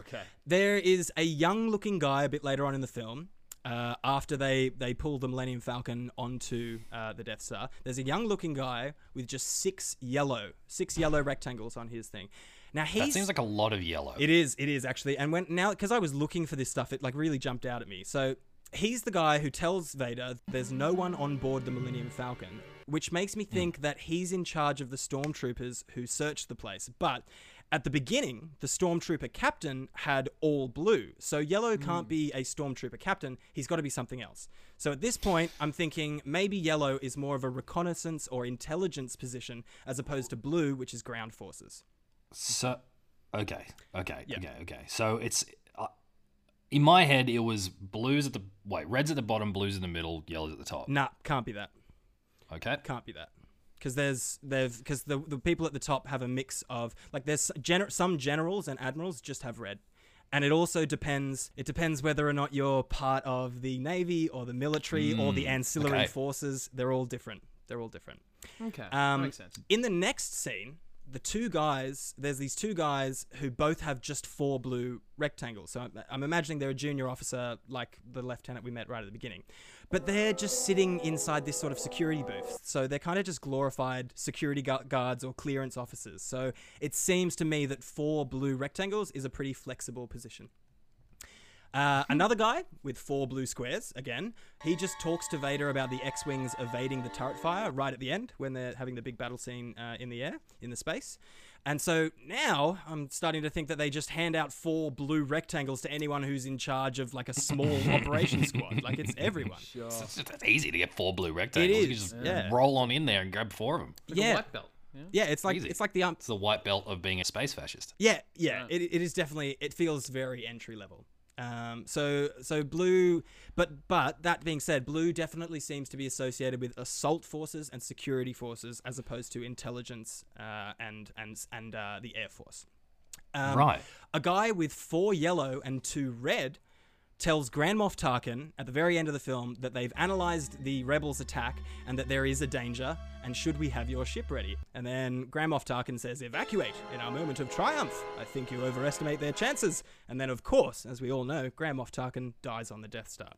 Okay.
There is a young looking guy a bit later on in the film. Uh, after they, they pull the Millennium Falcon onto uh, the Death Star, there's a young looking guy with just six yellow, six yellow rectangles on his thing. Now he's
That seems like a lot of yellow.
it is, it is actually, and when now because I was looking for this stuff, it like really jumped out at me. So he's the guy who tells Vader there's no one on board the Millennium Falcon, which makes me think that he's in charge of the stormtroopers who searched the place. But at the beginning, the stormtrooper captain had all blue, so yellow can't be a stormtrooper captain. He's got to be something else. So at this point, I'm thinking maybe yellow is more of a reconnaissance or intelligence position as opposed to blue, which is ground forces.
So, okay, okay, okay, okay. So it's uh, in my head. It was blues at the wait, reds at the bottom, blues in the middle, yellows at the top.
Nah, can't be that.
Okay,
can't be that because there's they've because the, the people at the top have a mix of like there's gener- some generals and admirals just have red and it also depends it depends whether or not you're part of the navy or the military or the ancillary
okay.
forces they're all different they're all different
Okay.
um,
that makes sense.
in the next scene the two guys, there's these two guys who both have just four blue rectangles. So I'm, I'm imagining they're a junior officer, like the lieutenant we met right at the beginning. But they're just sitting inside this sort of security booth. So they're kind of just glorified security gu- guards or clearance officers. So it seems to me that four blue rectangles is a pretty flexible position. Uh, another guy with four blue squares, again, he just talks to Vader about the X Wings evading the turret fire right at the end when they're having the big battle scene uh, in the air, in the space. And so now I'm starting to think that they just hand out four blue rectangles to anyone who's in charge of like a small operation squad. Like it's everyone.
Sure.
It's just- it's easy to get four blue rectangles. You
is,
just
yeah.
roll on in there and grab four of them.
Like a
Yeah.
white belt. Yeah.
Yeah, it's like
Easy.
it's like the um,
It's the white belt of being a space fascist.
Yeah, yeah. It, it is definitely. It feels very entry level. Um, so so blue, but but that being said, blue definitely seems to be associated with assault forces and security forces as opposed to intelligence uh, and and and uh, the air force. Um,
Right.
A guy with four yellow and two red tells Grand Moff Tarkin at the very end of the film that they've analyzed the rebels' attack and that there is a danger, and should we have your ship ready? And then Grand Moff Tarkin says, "Evacuate in our moment of triumph." I think you overestimate their chances. And then, of course, as we all know, Grand Moff Tarkin dies on the Death Star.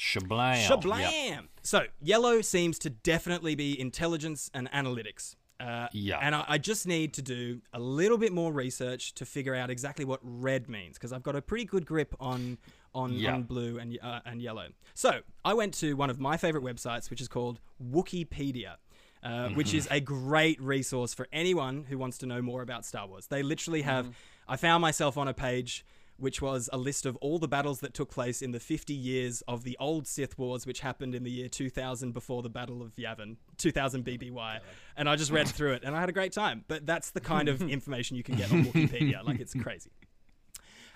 Shablam.
Shablam!
Yep.
So yellow seems to definitely be intelligence and analytics. Uh,
Yeah.
And I, I just need to do a little bit more research to figure out exactly what red means because I've got a pretty good grip on on,
Yeah.
on blue and uh, and yellow. So I went to one of my favorite websites, which is called Wikipedia. Uh,
Mm-hmm.
which is a great resource for anyone who wants to know more about Star Wars. They literally have.
Mm-hmm.
I found myself on a page which was a list of all the battles that took place in the 50 years of the old Sith Wars, which happened in the year 2000 before the Battle of Yavin, 2000 BBY. And I just read through it and I had a great time. But that's the kind of information you can get on Wikipedia. like, it's crazy.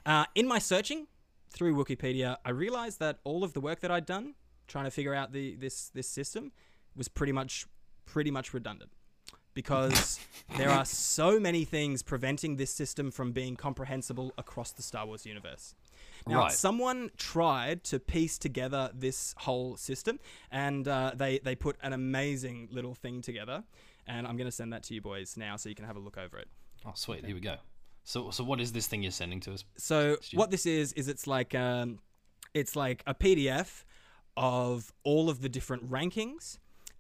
Uh, in my searching through Wikipedia, I realized that all of the work that I'd done trying to figure out the this this system was pretty much pretty much redundant because there are so many things preventing this system from being comprehensible across the Star Wars universe. Now,
Right.
someone tried to piece together this whole system, and uh, they they put an amazing little thing together. And I'm going to send that to you boys now, so you can have a look over it.
Oh, sweet. Here we go. So, so what is this thing you're sending to us?
So what this is is it's like um, it's like a PDF of all of the different rankings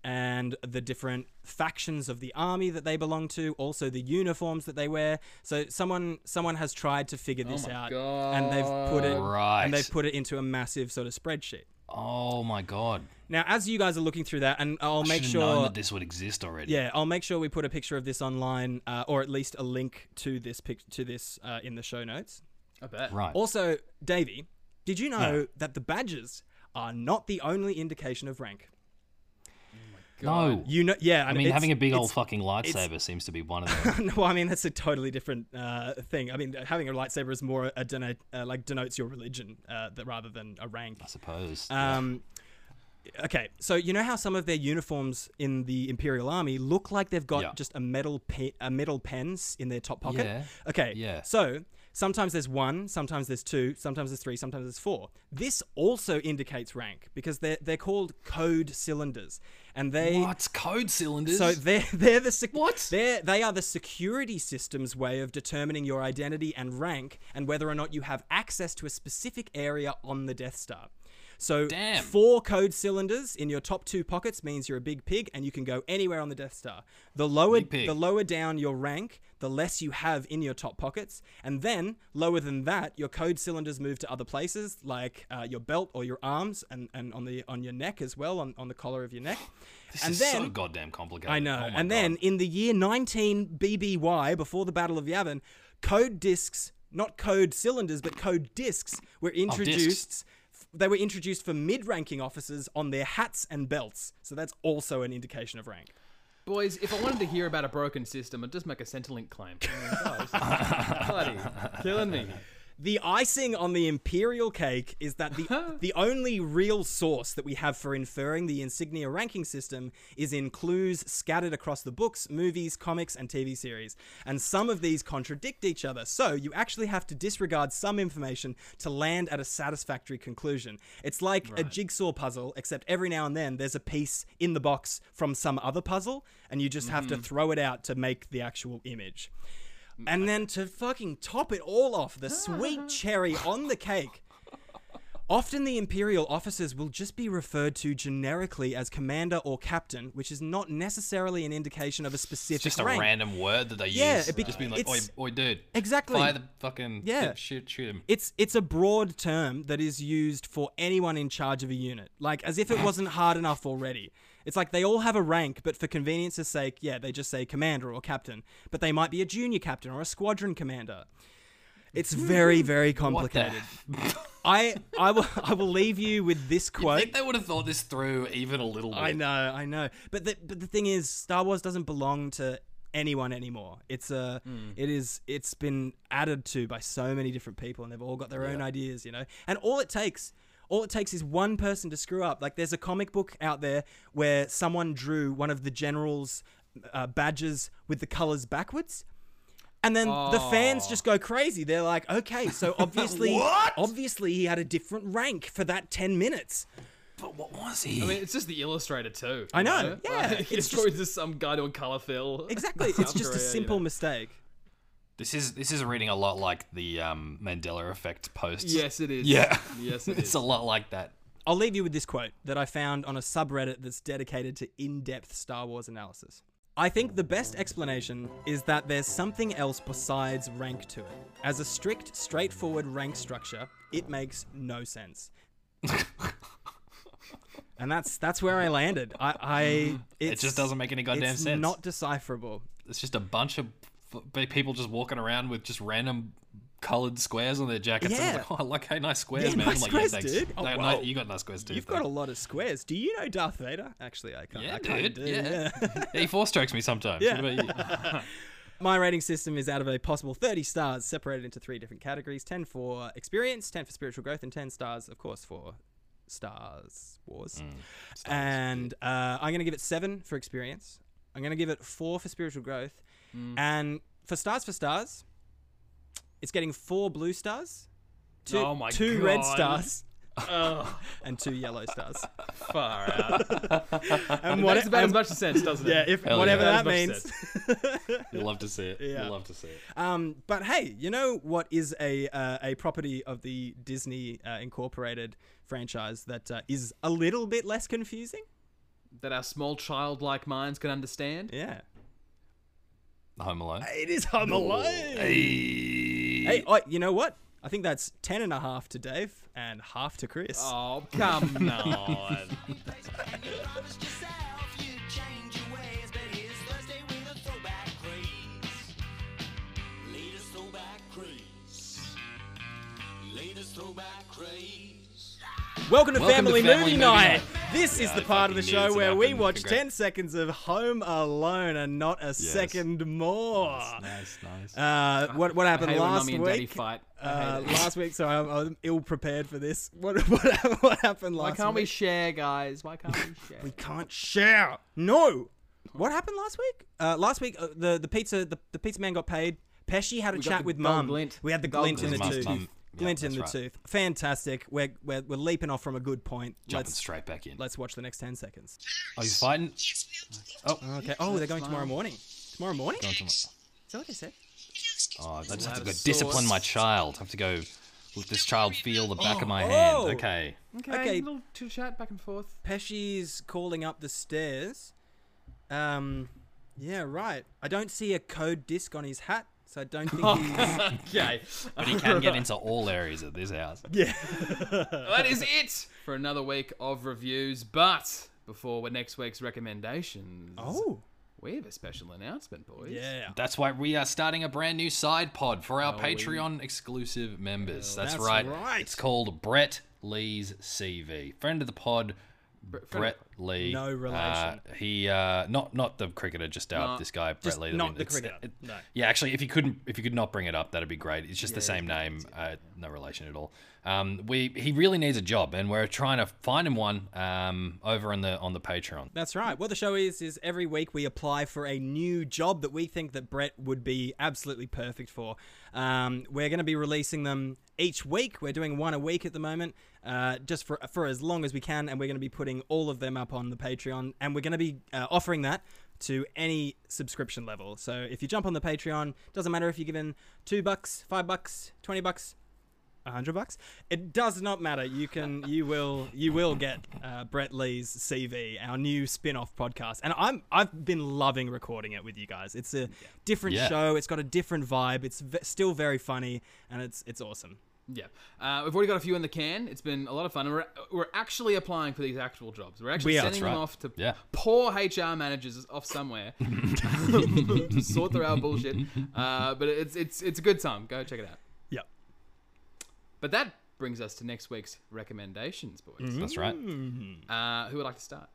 and the different factions of the army that they belong to, also the uniforms that they wear. So someone someone has tried to
Oh
figure this
my
out and they've put it
Right.
and they've put it into a massive sort of spreadsheet.
Oh my god.
Now as you guys are looking through that and I'll
I
make
should
sure
have known that this would exist already.
yeah, I'll make sure we put a picture of this online, uh, or at least a link to this pic- to this uh, in the show notes.
I bet.
Right.
Also, Davey, did you know that the badges are not the only indication of rank?
no.
You know, yeah.
I mean, having a big
*laughs*
old
fuck.
fucking lightsaber seems to be one
*laughs*
of them.
no, I mean that's a totally different uh, thing. I mean, having a lightsaber is more a deno- uh, like denotes your religion uh, that rather than a rank.
I suppose.
Um, okay, so you know how some of their uniforms in the Imperial Army look like they've got
Yeah.
just a metal pe- a metal pens in their top pocket.
Yeah.
Okay.
Yeah.
So sometimes there's one, sometimes there's two, sometimes there's three, sometimes there's four. This also indicates rank because they're they're called code cylinders, and they.
What's code cylinders?
So they're they're the sec-
What?
they're they are the security system's way of determining your identity and rank and whether or not you have access to a specific area on the Death Star. So
Damn.
four code cylinders in your top two pockets means you're a big pig and you can go anywhere on the Death Star. The lower
Big pig.
the lower down your rank, the less you have in your top pockets, and then lower than that, your code cylinders move to other places like uh, your belt or your arms and, and on the on your neck as well on, on the collar of your neck.
this
and
is
then
so goddamn complicated.
I know.
Oh my
and then in the year 19 BBY, before the Battle of Yavin, code discs, not code cylinders, but code discs
Oh,
were introduced. f- they were introduced for mid-ranking officers on their hats and belts, so that's also an indication of rank.
Boys, if I wanted to hear *laughs*
*laughs*
about a broken system, I'd just make a Centrelink claim. Oh my gosh. Bloody killing me.
The icing on the imperial cake is that the the only real source that we have for inferring the insignia ranking system is in clues scattered across the books, movies, comics, and TV series. And some of these contradict each other, so you actually have to disregard some information to land at a satisfactory conclusion. It's like a jigsaw puzzle, except every now and then there's a piece in the box from some other puzzle, and you just have to throw it out to make the actual image. And then to fucking top it all off, the sweet cherry on the cake. Often the Imperial officers will just be referred to generically as commander or captain, which is not necessarily an indication of a specific
It's just a
rank.
random word that they
Yeah,
use.
it be-
just being like, oi,
it's-
oi, dude.
Exactly.
Fire the fucking.
Yeah.
Shoot, shoot him.
It's it's a broad term that is used for anyone in charge of a unit, like as
*laughs*
if it wasn't hard enough already. It's like they all have a rank, but for convenience's sake, yeah, they just say commander or captain, but they might be a junior captain or a squadron commander. It's very
*laughs*
very
What the? *laughs*
complicated. I I will I will leave you with this
I
quote.
think they would have thought this through even a little bit.
I know, I know. But the but the thing is, Star Wars doesn't belong to anyone anymore. It's a it is it's been added to by so many different people, and they've all got their own ideas, you know. And all it takes. All it takes is one person to screw up. Like, there's a comic book out there where someone drew one of the general's uh, badges with the colors backwards, and then the fans just go crazy. They're like, "Okay, so obviously,
What?
obviously, he had a different rank for that ten minutes."
But what was he?
I mean, it's just the illustrator too.
I
you
know, yeah,
Like,
it's
it's
just-
probably just some guy doing color fill.
Exactly.
South
It's just a
Korea, you
simple
know.
mistake.
this is this is reading a lot like the um, Mandela effect posts.
*laughs* Yes, it is.
Yeah.
Yes, it
*laughs* it's
is.
a lot like that.
I'll leave you with this quote that I found on a subreddit that's dedicated to in depth Star Wars analysis. I think the best explanation is that there's something else besides rank to it. As a strict, straightforward rank structure, it makes no
*laughs*
sense. and that's that's where I landed. I, I
It just doesn't make any goddamn
it's
sense.
not decipherable.
It's just a bunch of f- b- people just walking around with just random colored squares on their jackets. And
Yeah.
it's like, *laughs* oh, I like, hey, nice squares,
Yeah,
man.
nice
I'm like,
squares,
yeah, thanks.
dude. Oh,
No, no,
wow.
you got nice squares, too.
You've got a lot of squares. Do you know Darth Vader? Actually, I can't.
Yeah,
I kinda
dude.
do,
Yeah. *laughs* yeah, he four strokes me sometimes.
Yeah.
What about you?
My rating system is out of a possible 30 stars, separated into three different categories 10 for experience, 10 for spiritual growth, and 10 stars, of course, for Stars Wars.
Mm,
and uh, I'm going to give it 7 for experience. I'm going to give it 4 for spiritual growth.
Mm.
And for Stars for Stars, it's getting 4 blue stars, 2,
Oh my
two red
God. *laughs*
stars,
Oh,
and 2 yellow
*laughs*
stars.
far out.
And
Makes about as
and-
much sense, doesn't it?
yeah, if,
Hell
whatever
yeah.
that
Makes
means.
You'll love to see it.
Yeah.
You'll love to see it.
Um, but hey, you know what is a uh, a property of the Disney uh, Incorporated franchise that uh, is a little bit less confusing?
that our small childlike minds can understand.
Yeah,
Home Alone.
it is Home Alone. Hey, oh, you know what? I think that's ten and a half to Dave and half to Chris.
Oh,
*laughs*
come on.
And you promised yourself you'd change your ways, but here's Thursday with a throwback craze. Latest throwback craze. Latest throwback craze.
Welcome to
Welcome to
Family,
Family
Movie,
Movie
Night.
Night.
This is
Yeah,
the
I
part of the
fucking
show
knew
where
it's
we
happened.
watch
Congrats.
ten seconds of Home Alone and not a second more.
Nice, nice.
Uh, what what happened
Hey, when
last
mummy and daddy
week?
fight.
uh, last week, so I'm, I'm ill prepared for this. What *laughs* what, hap- what happened
Why
last?
can't we
week?
share, guys? Why can't we share?
*laughs* we can't share. No. What happened last week? Uh, last week, uh, the the pizza the, the pizza man got paid. Pesci had a
We got
chat
the
with
gold
mum.
glint.
We had the
Gold
glint in the
glint. Mum,
tooth.
mum. Yeah,
glint in the
that's right.
tooth. Fantastic. We're, we're we're leaping off from a good point.
Jumping
let's
straight back in.
let's watch the next ten seconds.
Oh, he's fighting?
Okay. Oh, they're going tomorrow morning. Tomorrow morning.
Going to my-
Is that what they said?
Oh, I just have to
Loud
go
as
discipline
sauce.
my child. I have to go let this child feel the back of my hand.
oh.
Okay.
Okay,
Okay.
little chit chat back and forth.
Pesci's calling up the stairs. Um, yeah, right. I don't see a code disc on his hat, so I don't think
*laughs*
he's.
Okay,
But he can get into all areas of this house. *laughs*
that is it for another week of reviews. But before next week's recommendations,
Oh,
we have a special announcement, boys.
yeah.
That's why we are starting a brand new side pod for our
Are we?
Patreon exclusive members. that's,
Oh, that's
right.
right.
It's called Brett Lee's CV. Friend of the pod, Brett Lee.
No
uh,
relation.
he uh, not not the cricketer, just uh,
No,
this guy Brett
Just
Lee. that
not
we-
the
it's-
cricketer.
it-
no.
yeah, actually, if you couldn't, if you could not bring it up, that'd be great. It's just the same name, uh, no relation at all. Um, we he really needs a job, and we're trying to find him one um, over on the on the Patreon.
That's right. What the show is is every week we apply for a new job that we think that Brett would be absolutely perfect for. Um, we're going to be releasing them each week. We're doing one a week at the moment, uh, just for for as long as we can, and we're going to be putting all of them up on the Patreon, and we're going to be uh, offering that to any subscription level. So if you jump on the Patreon, doesn't matter if you're given two bucks, five bucks, twenty bucks, a hundred bucks. It does not matter. You can, you will, you will get uh, Brett Lee's CV, our new spin-off podcast. And I'm, I've been loving recording it with you guys. It's a different
Yeah.
show. It's got a different vibe. It's v- still very funny, and it's, it's awesome.
Yeah, uh, we've already got a few in the can. It's been a lot of fun, and we're, we're actually applying for these actual jobs. We're actually
We are.
sending
That's
them
right.
off to
Yeah.
poor HR managers off somewhere *laughs* to sort their out bullshit. Uh, but it's it's it's a good time. Go check it out.
Yep.
But that brings us to next week's recommendations, boys.
Mm.
That's right.
Uh, who would like to start?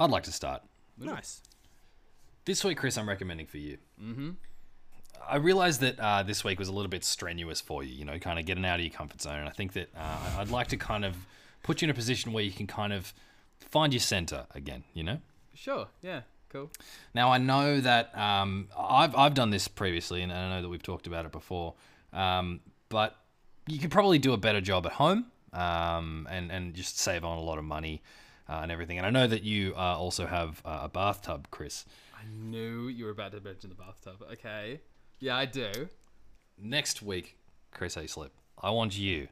I'd like to start
Nice.
this week, Chris. I'm recommending for you. Mm-hmm. I realized that uh, this week was a little bit strenuous for you. You know, kind of getting out of your comfort zone. And I think that uh, I'd like to kind of put you in a position where you can kind of find your center again. You know.
Sure. Yeah. Cool.
Now I know that um, I've I've done this previously, and I know that we've talked about it before. Um, but you could probably do a better job at home, um, and and just save on a lot of money uh, and everything. And I know that you uh, also have uh, a bathtub, Chris.
I knew you were about to mention the bathtub. Okay. Yeah, I do.
Next week, Chris A. Slip, I want you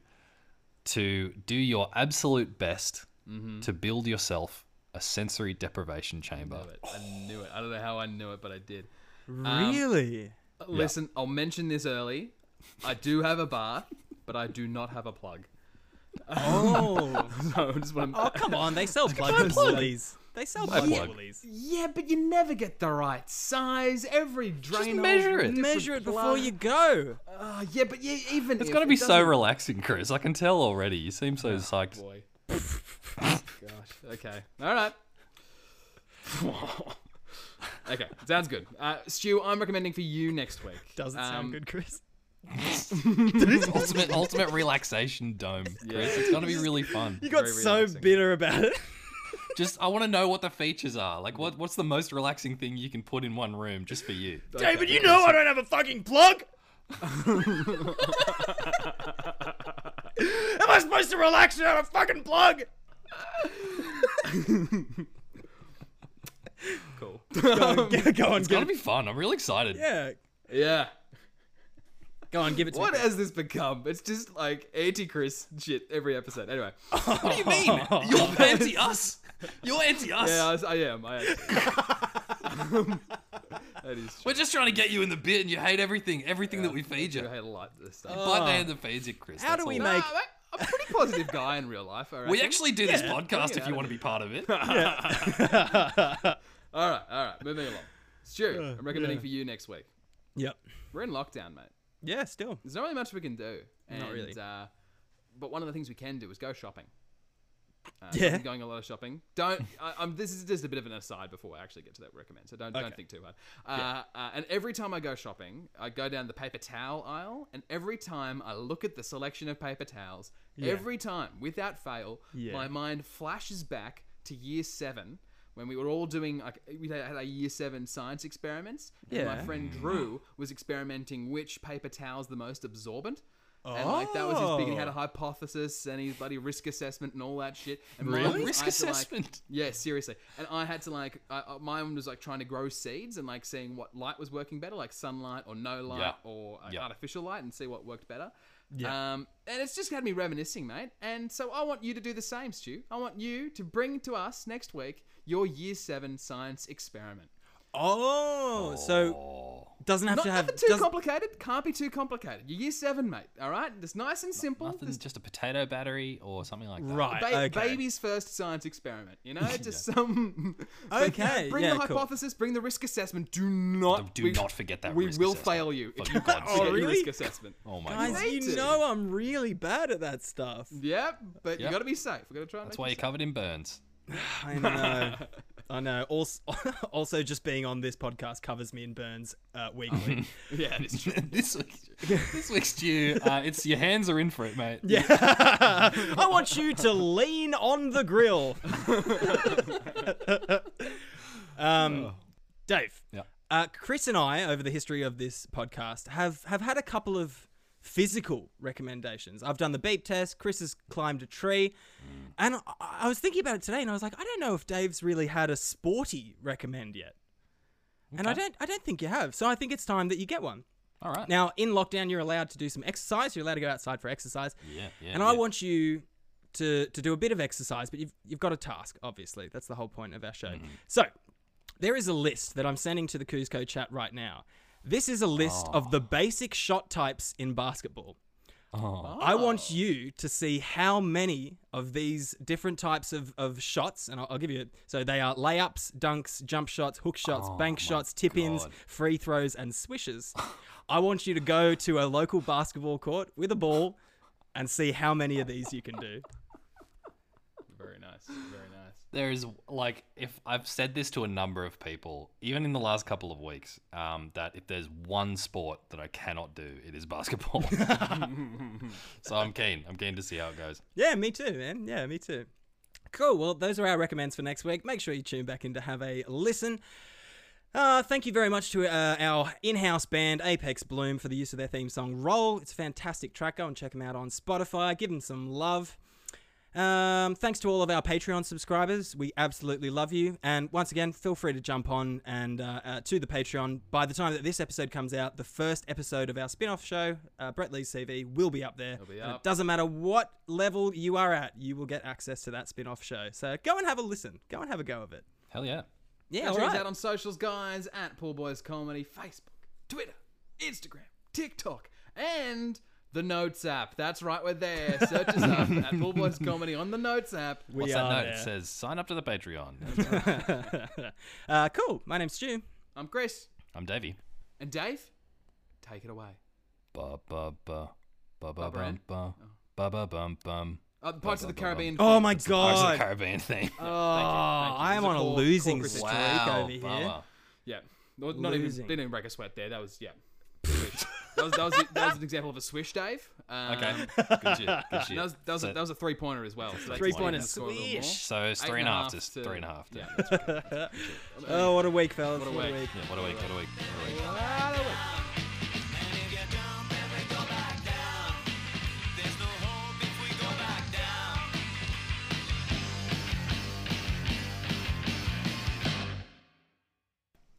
to do your absolute best
Mm-hmm.
to build yourself a sensory deprivation chamber.
Love it. I knew it. I don't know how I knew it, but I did. Um, Uh,
Really?
Listen, I'll mention this early. I do have a bath, but I do not have a plug. *laughs*
Oh,
So I just want to...
*laughs* oh, come on! They sell plugs at Woolies. They sell plugs at
plug.
Woolies.
Yeah, but you never get the right size. Every drain.
measure it.
Measure it before you go.
Uh, yeah, but yeah, even
It's going to be so relaxing, Chris. I can tell already. You seem so psyched.
*laughs*
boy. Gosh. Okay. All right. okay. Sounds good. Uh, Stu, I'm recommending for you next week.
Doesn't
Um,
sound good, Chris.
ultimate ultimate relaxation dome. Chris. It's gonna be really fun.
You got
very
so
relaxing.
bitter about it.
Just I want to know what the features are. Like what what's the most relaxing thing you can put in one room just for you?
David, you know I don't have a fucking *laughs* plug. Am I supposed to relax without a fucking plug?
Cool. *laughs*
Go, on,
It's gonna be fun. I'm really excited.
yeah.
Yeah.
Go on, give it to
What
me.
has this become? It's just like anti Chris shit every episode. Anyway. *laughs*
What do you
*laughs*
mean? You're anti us. You're anti us.
Yeah, I, was- I am. I am. *laughs* that is true.
We're just trying to get you in the bit, and you hate everything. Everything that we feed you.
I hate a lot of this stuff.
Bite the hand that feeds you, Chris.
Oh. How
That's
do we
all.
make-
Ah, Uh, I'm a pretty positive guy in real life. *laughs* All right.
We actually do this podcast if
yeah.
you want to be part
*laughs*
of it.
All right. All right. Moving along. Stu, I'm recommending for you next week.
Yep.
We're in lockdown, mate.
Yeah, still.
There's not really much we can do. And,
really.
Uh, but one of the things we can do is go shopping. Uh,
Yeah.
I'm going a lot of shopping. Don't. I, I'm, this is just a bit of an aside before I actually get to that recommend. So don't don't
Okay.
think too hard. Uh, uh, and every time I go shopping, I go down the paper towel aisle, and every time I look at the selection of paper towels, every time without fail,
Yeah.
my mind flashes back to year seven. When we were all doing, like, we had our year seven science experiments, and my
Yeah.
friend Drew was experimenting which paper towel's the most absorbent. And like that was his big. He had a
Oh.
hypothesis and his bloody risk assessment and all that shit. And
Really?
mine-
Risk
I had to, like-
assessment?
yeah, seriously. And I had to like, I, I- mine was like trying to grow seeds and like seeing what light was working better, like sunlight or no light
Yeah.
or like,
Yeah.
artificial light, and see what worked better.
Yeah.
Um, and it's just had me reminiscing, mate. And so I want you to do the same, Stu. I want you to bring to us next week your year seven science experiment.
Oh, so doesn't have
Not
to have
nothing too
does-
complicated. Can't be too complicated. You're year seven, mate. All right, it's nice and simple.
Nothing,
Just
just a potato battery or something like that.
right.
ba-
okay.
Baby's first science experiment.
*laughs*
You know, just some. *laughs*
Okay,
bring
yeah,
the
cool.
hypothesis. Bring the risk assessment. Do not.
Do
we-
not forget that
We
risk
will
assessment.
fail you
For
if you can't
God's sake.
forget
really?
your risk assessment.
*laughs* Oh my
Guys,
god.
Amazing.
you know I'm really bad at that *laughs* stuff.
Yep, but you
Yep.
got to be safe. We're gonna try. And
That's
make
why
you
you're covered in burns.
*laughs* I know. I know. Also, *laughs* also, just being on this podcast covers me in burns uh, *laughs* weekly.
safe. Yeah, it is true.
this week, *laughs* this
*laughs*
week's due. Uh, it's your hands are in for it, mate.
yeah. *laughs* I want you to lean on the grill. um, Dave.
Yeah.
Uh, Chris and I, over the history of this podcast, have have had a couple of physical recommendations. I've done the beep test. Chris has climbed a tree, and I, I was thinking about it today, and I was like, I don't know if Dave's really had a sporty recommend yet, and I don't I don't think you have. So I think it's time that you get one.
All right.
Now, in lockdown, you're allowed to do some exercise. You're allowed to go outside for exercise.
Yeah, yeah,
And I
yeah.
want you to to do a bit of exercise, but you've you've got a task. Obviously, that's the whole point of our show.
Mm-hmm.
So there is a list that I'm sending to the Cusco chat right now. This is a list of
Ah.
the basic shot types in basketball.
Oh.
I want you to see how many of these different types of, of shots, and I'll, I'll give you. So they are layups, dunks, jump shots, hook shots, bank shots, tip ins,
Oh God.
free throws, and
*laughs*
swishes. I want you to go to a local basketball court with a ball and see how many of these you can do.
Very nice. Very nice.
There is like if I've said this to a number of people, even in the last couple of weeks, um, that if there's one sport that I cannot do, it is basketball. *laughs* so I'm keen. I'm keen to see how it goes.
Yeah, me too, man. Yeah, me too. Cool. Well, those are our recommends for next week. Make sure you tune back in to have a listen. Uh, thank you very much to uh, our in house band, Apex Bloom, for the use of their theme song, Roll. It's a fantastic track. Go and check them out on Spotify. Give them some love. Um, thanks to all of our Patreon subscribers. We absolutely love you. And once again, feel free to jump on and uh, uh, to the Patreon. By the time that this episode comes out, the first episode of our spin off show, uh, Brett Lee's CV, will be up there.
be
And
up.
it doesn't matter what level you are at, you will get access to that spin off show. So go and have a listen. Go and have a go of it.
Hell yeah.
Yeah,
Check
all
us
right.
out on socials, guys, at Poor Boys Comedy, Facebook, Twitter, Instagram, TikTok, and the Notes app. That's right, we're
*laughs*
there. Search us up at Poor Boys Comedy on the Notes app.
We
What's that
are
note? It
there.
says sign up to the Patreon.
*laughs* Uh, cool. My name's Stu.
I'm Chris.
I'm Davey.
And Dave, take it away.
Ba ba ba ba ba bum
Brand?
ba ba ba bum bum.
Uh, Parts of the
blah, blah, blah.
Caribbean.
Oh my
Pirates of the
god.
Caribbean thing.
Oh,
thank you.
I am
This
on
is a
a
poor
losing
corporate
streak
wow.
over here.
bummer.
Yeah. Not, not even,
Losing.
didn't even break a sweat there. That was, yeah. *laughs* that, was, that, was, that was an example of a swish, Dave. Um, *laughs*
Okay. Good shit. Good shit.
That was, that was, a,
So-
that was a three pointer as well. So that's
Three
why
pointer
you scored a little more.
swish.
So it's
Eight
three and a half to three and a half.
*laughs* Yeah,
Yeah.
that's right.
Oh, what a week, fellas.
What a week.
Yeah, What a week. What a week. What a week.
Right away.
And if you jump and we go back down, there's no hope if we go back down.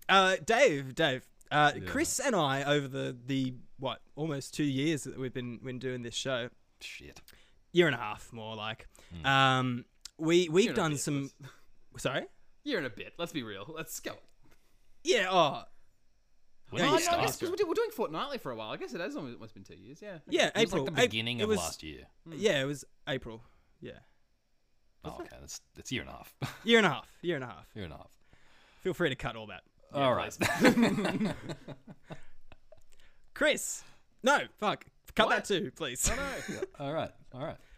Uh, Dave, Dave, uh, Chris and I over the the what almost two years that we've been been doing this show,
Shit.
year and a half more like. Um, we we've
and a
done
bit,
some. Sorry.
Year and a bit. Let's be real. Let's go.
Yeah. Oh.
When
Oh,
did we
no, I
I
start?
guess 'cause we did- we're doing fortnightly for a while. I guess it has almost almost been two years. Yeah. Okay.
Yeah.
It was
April.
like the
Ap-
beginning
it
of
was-
last year.
Yeah, it was April. Yeah.
Oh, okay, that's that's a year and a half. *laughs*
Year and a half. Year and a half.
year and a half.
Feel free to cut all that.
All right.
Chris. No. Fuck. Cut that
What?
too, please.
I know.
*laughs*
*laughs*
All right. All right.